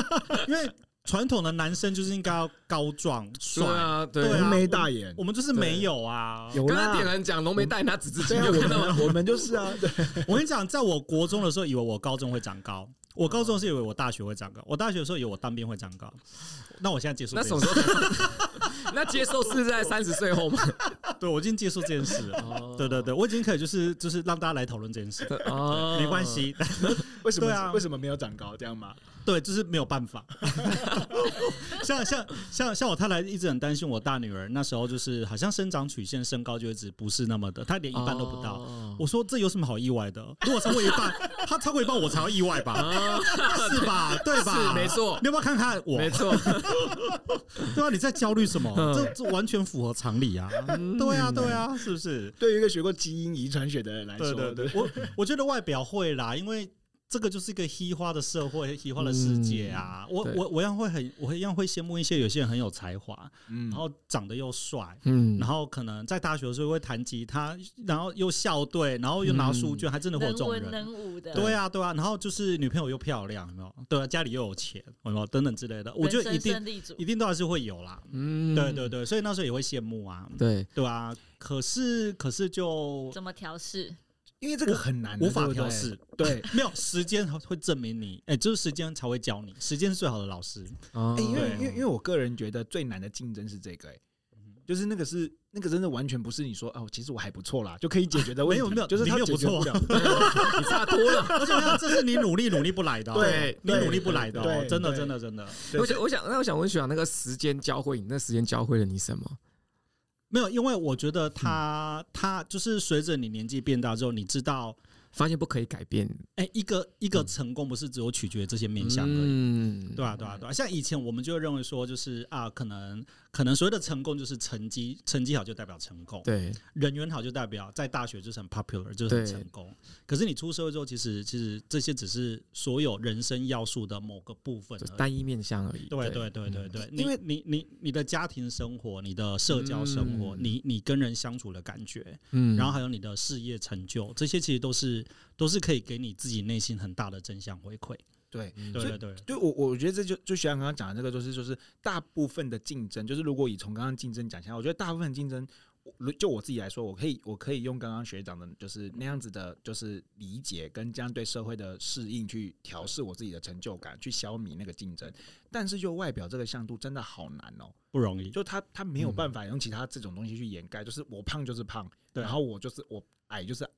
Speaker 4: 因为传统的男生就是应该要高壮
Speaker 3: 对
Speaker 4: 帅，
Speaker 3: 啊，对
Speaker 4: 对啊
Speaker 2: 浓眉大眼
Speaker 4: 我，们就是没有啊。
Speaker 2: 有
Speaker 3: 刚
Speaker 2: 啦
Speaker 3: 刚点人讲浓眉大眼，他指自己，
Speaker 2: 对
Speaker 3: 你
Speaker 2: 啊，
Speaker 3: 有看到
Speaker 2: 我
Speaker 3: 吗？
Speaker 2: 们我们就是啊，对，
Speaker 4: 我跟你讲，在我国中的时候，以为我高中会长高；我高中是以为我大学会长高；我大学的时候以为我当兵会长高。那我现在接受
Speaker 3: 那
Speaker 4: 这
Speaker 3: 什么时
Speaker 4: 件事，
Speaker 3: 候才？那接受是在三十岁后吗？
Speaker 4: 对我已经接受这件事 了。
Speaker 3: 哦
Speaker 4: 对对对，我已经可以就是就是让大家来讨论这件事，
Speaker 3: 哦，
Speaker 4: 没关。系。
Speaker 2: 为什么？
Speaker 4: 对啊
Speaker 2: 为什么没有长高？这样吗？
Speaker 4: 对，就是没有办法。 像像像像我太太一直很担心我大女儿，那时候就是好像生长曲线、身高就一直不是那么的，她连一半都不到。
Speaker 3: 哦
Speaker 4: 我说这有什么好意外的？如果超过一半， 她超过一半我才要意外吧？
Speaker 3: 啊，
Speaker 4: 是吧？对吧？
Speaker 3: 是没错
Speaker 4: 你要不要看看我
Speaker 3: 没？错，
Speaker 4: 对啊，你在焦虑什么？
Speaker 3: 嗯
Speaker 4: 这这完全符合常理啊！对啊，对啊，是不是？
Speaker 2: 对于一个学过基因遗传学的人来
Speaker 4: 对
Speaker 2: 说，
Speaker 4: 对对，我我觉得外表会啦，因为这个就是一个黑化的社会、黑化的世界啊。我
Speaker 3: 嗯对
Speaker 4: 我我一样会很，我一样会羡慕一些有些人很有才华，
Speaker 2: 嗯
Speaker 4: 然后长得又帅。
Speaker 3: 嗯
Speaker 4: 然后可能在大学的时候会弹吉他，然后又校队，然后又拿书
Speaker 3: 嗯
Speaker 4: 卷，还真的会有
Speaker 1: 能
Speaker 4: 这种
Speaker 1: 文
Speaker 4: 人。
Speaker 1: 能武的，
Speaker 4: 对啊，对啊，然后就是女朋友又漂亮，有没有？对啊，家里又有钱，有没有？等等之类的，我觉得
Speaker 1: 人
Speaker 4: 一
Speaker 1: 生
Speaker 4: 定
Speaker 1: 胜利组
Speaker 4: 一定都还是会有啦。
Speaker 3: 嗯
Speaker 4: 对对对，所以那时候也会羡慕啊，
Speaker 3: 对，
Speaker 4: 对啊。可是可是就
Speaker 1: 怎么调试？
Speaker 2: 因为这个很难的，
Speaker 4: 无法
Speaker 2: 对不对
Speaker 4: 调试，
Speaker 2: 对，
Speaker 4: 没有时间会证明你，哎、就是时间才会教你，时间是最好的老师。
Speaker 3: 哦
Speaker 2: 哎因为
Speaker 4: 嗯对
Speaker 2: 因为因为我个人觉得最难的竞争是这个，哎，就是那个是那个真的完全不是你说哦，其实我还不错啦，就可以解决的问题，
Speaker 4: 没有没有
Speaker 2: 就是
Speaker 4: 你
Speaker 2: 他
Speaker 4: 没有
Speaker 2: 解
Speaker 4: 不
Speaker 2: 决
Speaker 4: 错
Speaker 2: 了，
Speaker 3: 你差多了。
Speaker 4: 而且我想这是你努力努力不来的、哦，
Speaker 2: 对
Speaker 4: 你
Speaker 2: 对
Speaker 4: 努力不来的、哦，
Speaker 2: 对
Speaker 4: 真的
Speaker 2: 对
Speaker 4: 真的真的
Speaker 2: 对
Speaker 3: 我想，我想，那我想问学长，那个时间教会你，那时间教会了你什么？
Speaker 4: 没有，因为我觉得他、他就是随着你年纪变大之后，你知道，
Speaker 3: 发现不可以改变
Speaker 4: 哎、一个一个成功不是只有取决于这些面向而已。
Speaker 3: 嗯，
Speaker 4: 对啊，对啊，对啊！像以前我们就会认为说，就是啊，可能可能所谓的成功就是成绩，成绩好就代表成功，
Speaker 3: 对
Speaker 4: 人缘好就代表在大学就是很 popular，就是很
Speaker 3: 对
Speaker 4: 成功。可是你出社会之后，其实其实这些只是所有人生要素的某个部分
Speaker 3: 就
Speaker 4: 而已。
Speaker 3: 单一嗯面向而已。
Speaker 4: 对对对对对，
Speaker 2: 因为
Speaker 4: 你你你你的家庭生活、你的社交生活、
Speaker 3: 嗯
Speaker 4: 你你跟人相处的感觉，
Speaker 3: 嗯
Speaker 4: 然后还有你的事业成就，这些其实都是都是可以给你自己内心很大的正向回馈。
Speaker 2: 对。
Speaker 3: 嗯
Speaker 4: 对
Speaker 2: 所
Speaker 4: 对
Speaker 2: 以
Speaker 4: 对，
Speaker 2: 对我，我觉得这就就学长刚刚讲的这个，就是就是大部分的竞争，就是如果以从刚刚竞争讲起来，我觉得大部分竞争，我就我自己来说，我可以我可以用刚刚学长的，就是那样子的，就是理解跟这样对社会的适应去调试我自己的成就感，去消弭那个竞争。但是就外表这个向度，真的好难哦、
Speaker 4: 不容易。
Speaker 2: 就他他没
Speaker 4: 嗯
Speaker 2: 有办法用其他这种东西去掩盖，就是我胖就是胖，
Speaker 4: 对
Speaker 2: 然后我就是我矮就是矮，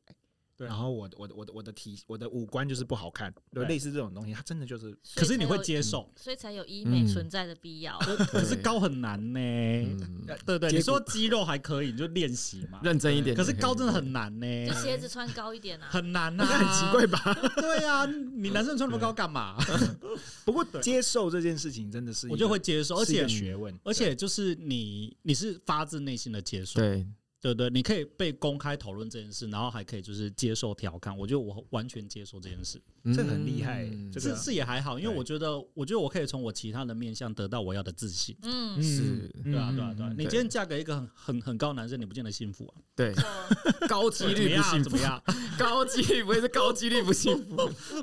Speaker 4: 对
Speaker 2: 然后我的我的我的我的体我的五官就是不好看，
Speaker 4: 对
Speaker 2: 对，类似这种东西，他真的就是
Speaker 1: 所
Speaker 4: 可
Speaker 1: 以
Speaker 4: 是你
Speaker 1: 才
Speaker 4: 会
Speaker 1: 有，
Speaker 4: 接嗯受，
Speaker 1: 所以才有医美
Speaker 3: 嗯
Speaker 1: 存在的必要。
Speaker 4: 可是高很难呢、
Speaker 3: 嗯
Speaker 4: 对对，
Speaker 2: 结
Speaker 4: 你说
Speaker 2: 果
Speaker 4: 肌肉还可以，你就练习嘛。
Speaker 3: 认真一点。
Speaker 4: 可是高真的很难呢、
Speaker 1: 就鞋子穿高一点啊，
Speaker 4: 很难呐、
Speaker 2: 那很奇怪吧？
Speaker 4: 对啊，你男生穿那么高干嘛？
Speaker 2: 不过接受这件事情真的是一个
Speaker 4: 我就会接受，而
Speaker 2: 是一
Speaker 4: 且
Speaker 2: 个学问，
Speaker 4: 而且就是你你是发自内心的接受，
Speaker 3: 对
Speaker 4: 对对，你可以被公开讨论这件事，然后还可以就是接受调侃。我觉得我完全接受这件事，
Speaker 2: 这很厉害
Speaker 3: 嗯
Speaker 2: 这个
Speaker 4: 是是也还好，因为
Speaker 2: 对
Speaker 4: 我觉得，我觉得我可以从我其他的面向得到我要的自信。
Speaker 1: 嗯，
Speaker 3: 是
Speaker 4: 对啊，对啊，
Speaker 2: 嗯
Speaker 4: 对啊！你
Speaker 3: 对
Speaker 4: 今天嫁给一个很很很高的男生，你不见得幸福啊。
Speaker 3: 对高几
Speaker 4: 怎么
Speaker 3: 率不
Speaker 4: 样？
Speaker 3: 幸
Speaker 4: 怎
Speaker 3: 福
Speaker 4: 么，样？
Speaker 3: 高几率不会是高几率不幸福，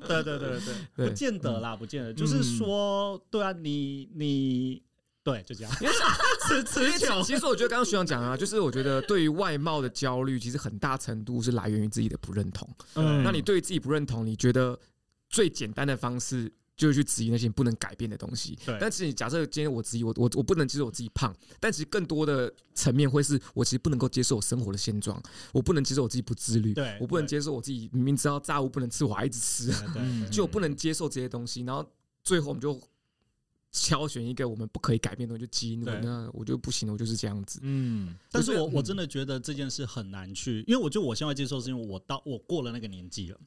Speaker 4: 对对对对对，
Speaker 3: 对 嗯
Speaker 4: 不见得啦，不见得。就是说，对啊，你你对，就这样。持
Speaker 3: 因
Speaker 4: 持
Speaker 3: 为其
Speaker 4: 久，
Speaker 3: 其实我觉得刚刚徐长讲啊，就是我觉得对于外貌的焦虑，其实很大程度是来源于自己的不认同。
Speaker 2: 嗯
Speaker 3: 那你对自己不认同，你觉得最简单的方式就是去质疑那些你不能改变的东西。
Speaker 4: 对
Speaker 3: 但其实假设今天我质疑我我我不能接受我自己胖，但其实更多的层面会是我其实不能够接受我生活的现状，我不能接受我自己不自律，
Speaker 4: 对
Speaker 3: 我不能
Speaker 4: 对
Speaker 3: 接受我自己明明知道炸物不能吃，我还一直吃，
Speaker 4: 对对
Speaker 2: 嗯
Speaker 3: 就我不能接受这些东西，然后最后我们就。挑选一个我们不可以改变的东西，就基因。我
Speaker 4: 对
Speaker 3: 那我就不行，我就是这样子。
Speaker 2: 嗯
Speaker 4: 但是
Speaker 3: 就是
Speaker 4: 我我真的觉得这件事很难去，因为我觉得我现在接受是因为我到我过了那个年纪了。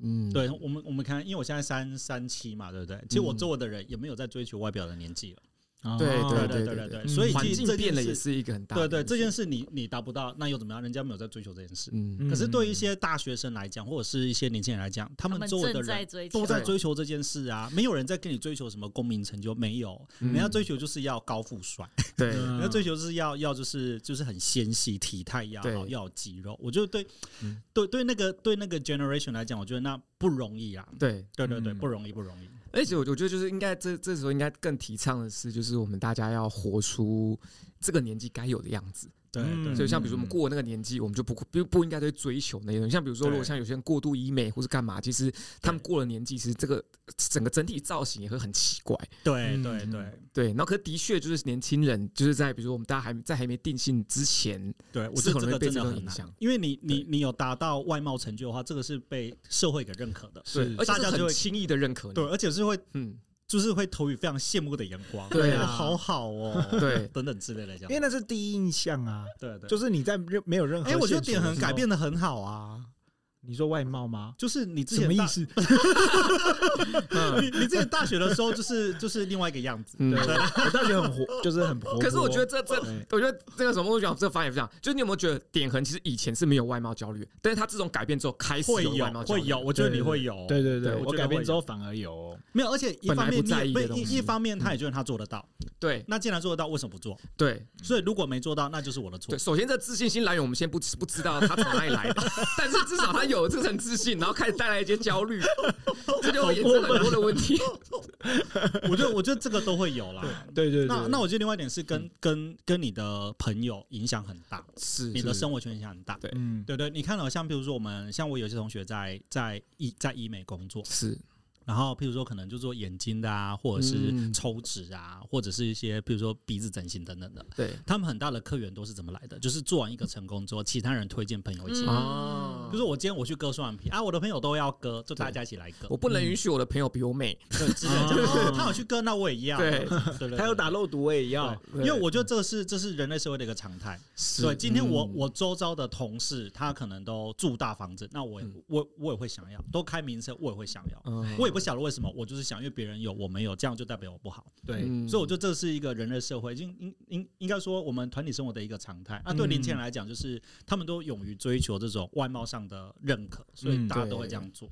Speaker 3: 嗯，
Speaker 4: 对我们我们看，因为我现在三三七嘛，对不对？其实我
Speaker 3: 嗯
Speaker 4: 周围的人也没有在追求外表的年纪了。
Speaker 3: 对
Speaker 2: 哦
Speaker 3: 对
Speaker 4: 对对
Speaker 3: 嗯对
Speaker 4: 对
Speaker 3: 对
Speaker 4: 对，所以
Speaker 3: 环
Speaker 4: 其实
Speaker 3: 境
Speaker 4: 这
Speaker 3: 变
Speaker 4: 件
Speaker 3: 了也
Speaker 4: 事，
Speaker 3: 是一个很大的
Speaker 4: 对
Speaker 3: 因素。
Speaker 4: 对这件事你你达不到，那又怎么样？人家没有在追求这件事。
Speaker 3: 嗯，
Speaker 2: 嗯
Speaker 4: 可是对一些大学生来讲，或者是一些年轻人来讲，
Speaker 1: 他
Speaker 4: 他们
Speaker 1: 们
Speaker 4: 周围的
Speaker 1: 正
Speaker 4: 人
Speaker 1: 在追求，
Speaker 4: 都在
Speaker 3: 对
Speaker 4: 追求这件事啊，没有人在跟你追求什么功名成就，没有，
Speaker 3: 嗯
Speaker 4: 人家追求就是要高富帅，
Speaker 3: 对
Speaker 4: 人家追求是要要就是就是很纤细，体态要好，
Speaker 3: 对
Speaker 4: 要有肌肉。我觉得对
Speaker 3: 嗯
Speaker 4: 对对那个对那个 generation 来讲，我觉得那不容易啊，
Speaker 3: 对，
Speaker 4: 对对对，
Speaker 2: 嗯
Speaker 4: 不容易不容易，
Speaker 3: 而且我我觉得就是应该这这时候应该更提倡的是，就是我们大家要活出这个年纪该有的样子。
Speaker 4: 对
Speaker 2: 嗯
Speaker 4: 对
Speaker 3: 所以像比如说我们过了那个年纪，我们就不不不应该去追求那些东西。像比如说，
Speaker 4: 对
Speaker 3: 如果像有些人过度医美或是干嘛，其实他们过了年纪，其实这个整个整体造型也会很奇怪。
Speaker 4: 对
Speaker 2: 嗯
Speaker 4: 对对
Speaker 3: 对，然后可是的确就是年轻人，就是在比如说我们大家还在还没定性之前，
Speaker 4: 对，我
Speaker 3: 是
Speaker 4: 觉得
Speaker 3: 很容
Speaker 4: 这
Speaker 3: 易
Speaker 4: 个
Speaker 3: 被
Speaker 4: 真的
Speaker 3: 这种
Speaker 4: 很
Speaker 3: 影
Speaker 4: 难
Speaker 3: 响，
Speaker 4: 因为你你
Speaker 3: 对
Speaker 4: 你有达到外貌成就的话，这个是被社会给认可的，
Speaker 3: 对，而且
Speaker 4: 大
Speaker 3: 是
Speaker 4: 家就
Speaker 3: 很
Speaker 4: 会
Speaker 3: 轻易的认可你。
Speaker 4: 对，而且是会
Speaker 3: 嗯，
Speaker 4: 就是会投予非常羡慕的眼光，
Speaker 3: 对啊
Speaker 4: 哎呀好好哦，
Speaker 3: 对，
Speaker 4: 等等之类的这样
Speaker 2: 因为，那是第一印象啊，
Speaker 4: 嗯对对，
Speaker 2: 就是是你在任没有任何，
Speaker 4: 哎，我觉得点恒改，变的很好啊，
Speaker 2: 你说外貌吗？
Speaker 4: 就是你之
Speaker 2: 什
Speaker 4: 前
Speaker 2: 么意
Speaker 4: 大
Speaker 2: 思？
Speaker 4: 你你之前大学的时候就是就是另外一个样子，
Speaker 3: 嗯
Speaker 2: 对，我大学很活，就是很活泼。
Speaker 3: 可是我觉得这这
Speaker 2: 对，
Speaker 3: 我觉得这个什么，我讲这个发言不讲，就是你有没有觉得点恒其实以前是没有外貌焦虑，但是他自从改变之后开始
Speaker 4: 会
Speaker 3: 哎有外
Speaker 4: 有
Speaker 3: 貌焦
Speaker 4: 会
Speaker 3: 虑，
Speaker 4: 有，我觉得你会有，
Speaker 2: 对对对，
Speaker 3: 对
Speaker 2: 我
Speaker 4: 我觉得
Speaker 2: 改变
Speaker 4: 会
Speaker 2: 之后反而有哦，
Speaker 4: 没有，而且一
Speaker 3: 本来
Speaker 4: 方面
Speaker 3: 不
Speaker 4: 你也
Speaker 3: 在意
Speaker 4: 不
Speaker 3: 的
Speaker 4: 一
Speaker 3: 东西嗯
Speaker 4: 一方面他也觉得他做得到，
Speaker 3: 对
Speaker 4: 那既然做得到，为什么不做？
Speaker 3: 对
Speaker 4: 所以如果没做到，那就是我的
Speaker 3: 嗯
Speaker 4: 错
Speaker 3: 对。。首先，这自信心来源我们先不不知道他从哪里来 的，但是至少他有了这层自信，然后开始带来一些焦 虑，这就衍生很多的问题。
Speaker 4: 啊我觉得我觉得这个都会有啦。
Speaker 2: 对对对。
Speaker 4: 那那我觉得另外一点是
Speaker 3: 嗯
Speaker 4: 跟跟跟你的朋友影响很大，
Speaker 3: 是
Speaker 4: 你的生活圈影响很大。
Speaker 3: 对
Speaker 2: 嗯，
Speaker 4: 对对，你看到像比如说我们像我有些同学在在医在医美工作，
Speaker 3: 是
Speaker 4: 然后譬如说可能就做眼睛的啊，或者是
Speaker 3: 嗯
Speaker 4: 抽脂啊，或者是一些譬如说鼻子整形等等的，
Speaker 3: 对
Speaker 4: 他们很大的客源都是怎么来的？就是做完一个成功之后，其他人推荐朋友一起来。
Speaker 3: 啊
Speaker 4: 比如，说我今天我去割双眼皮啊，我的朋友都要割，就大家一起来割
Speaker 3: 我，不能允许我的朋友比我美，
Speaker 4: 对，之类的。
Speaker 2: 哦
Speaker 4: 哦他有去割，那我也要。
Speaker 3: 对
Speaker 4: 对对，
Speaker 2: 他有打肉毒，我也要
Speaker 4: 药，。对因为我觉得这个是这是人类社会的一个常态。
Speaker 3: 是
Speaker 4: 对，今天我
Speaker 3: 嗯
Speaker 4: 我周遭的同事，他可能都住大房子，那我也
Speaker 3: 嗯
Speaker 4: 我我也会想要，都开名车，我也会想要。
Speaker 3: 嗯
Speaker 4: 我也不晓得为什么，我就是想，因为别人有，我没有，这样就代表我不好。
Speaker 2: 对，
Speaker 3: 嗯
Speaker 4: 所以我觉得这是一个人类社会，应应应应该说我们团体生活的一个常态。啊，对
Speaker 2: 嗯
Speaker 4: 年轻人来讲，就是他们都勇于追求这种外貌上的认可，所以
Speaker 2: 嗯
Speaker 4: 大家
Speaker 3: 对哎嗯
Speaker 4: 都会这样做。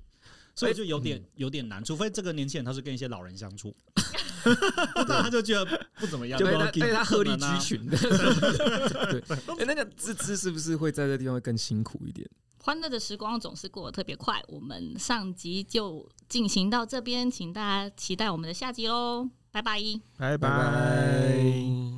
Speaker 4: 所以就有点有点难，除非这个年轻人他是跟一些老人相处， 不然他就觉得不怎么样。
Speaker 3: 对
Speaker 4: 不
Speaker 3: 他
Speaker 4: 要紧
Speaker 3: 对他鹤立鸡。
Speaker 4: 不可能啊
Speaker 3: 群，对，哎，那个芝芝是不是会在这地方会更辛苦一点？
Speaker 5: 欢乐的时光总是过得特别快，我们上集就进行哦到这边，请大家期待我们的下集喽，拜拜。
Speaker 2: 拜
Speaker 3: 拜
Speaker 2: 拜。
Speaker 3: 拜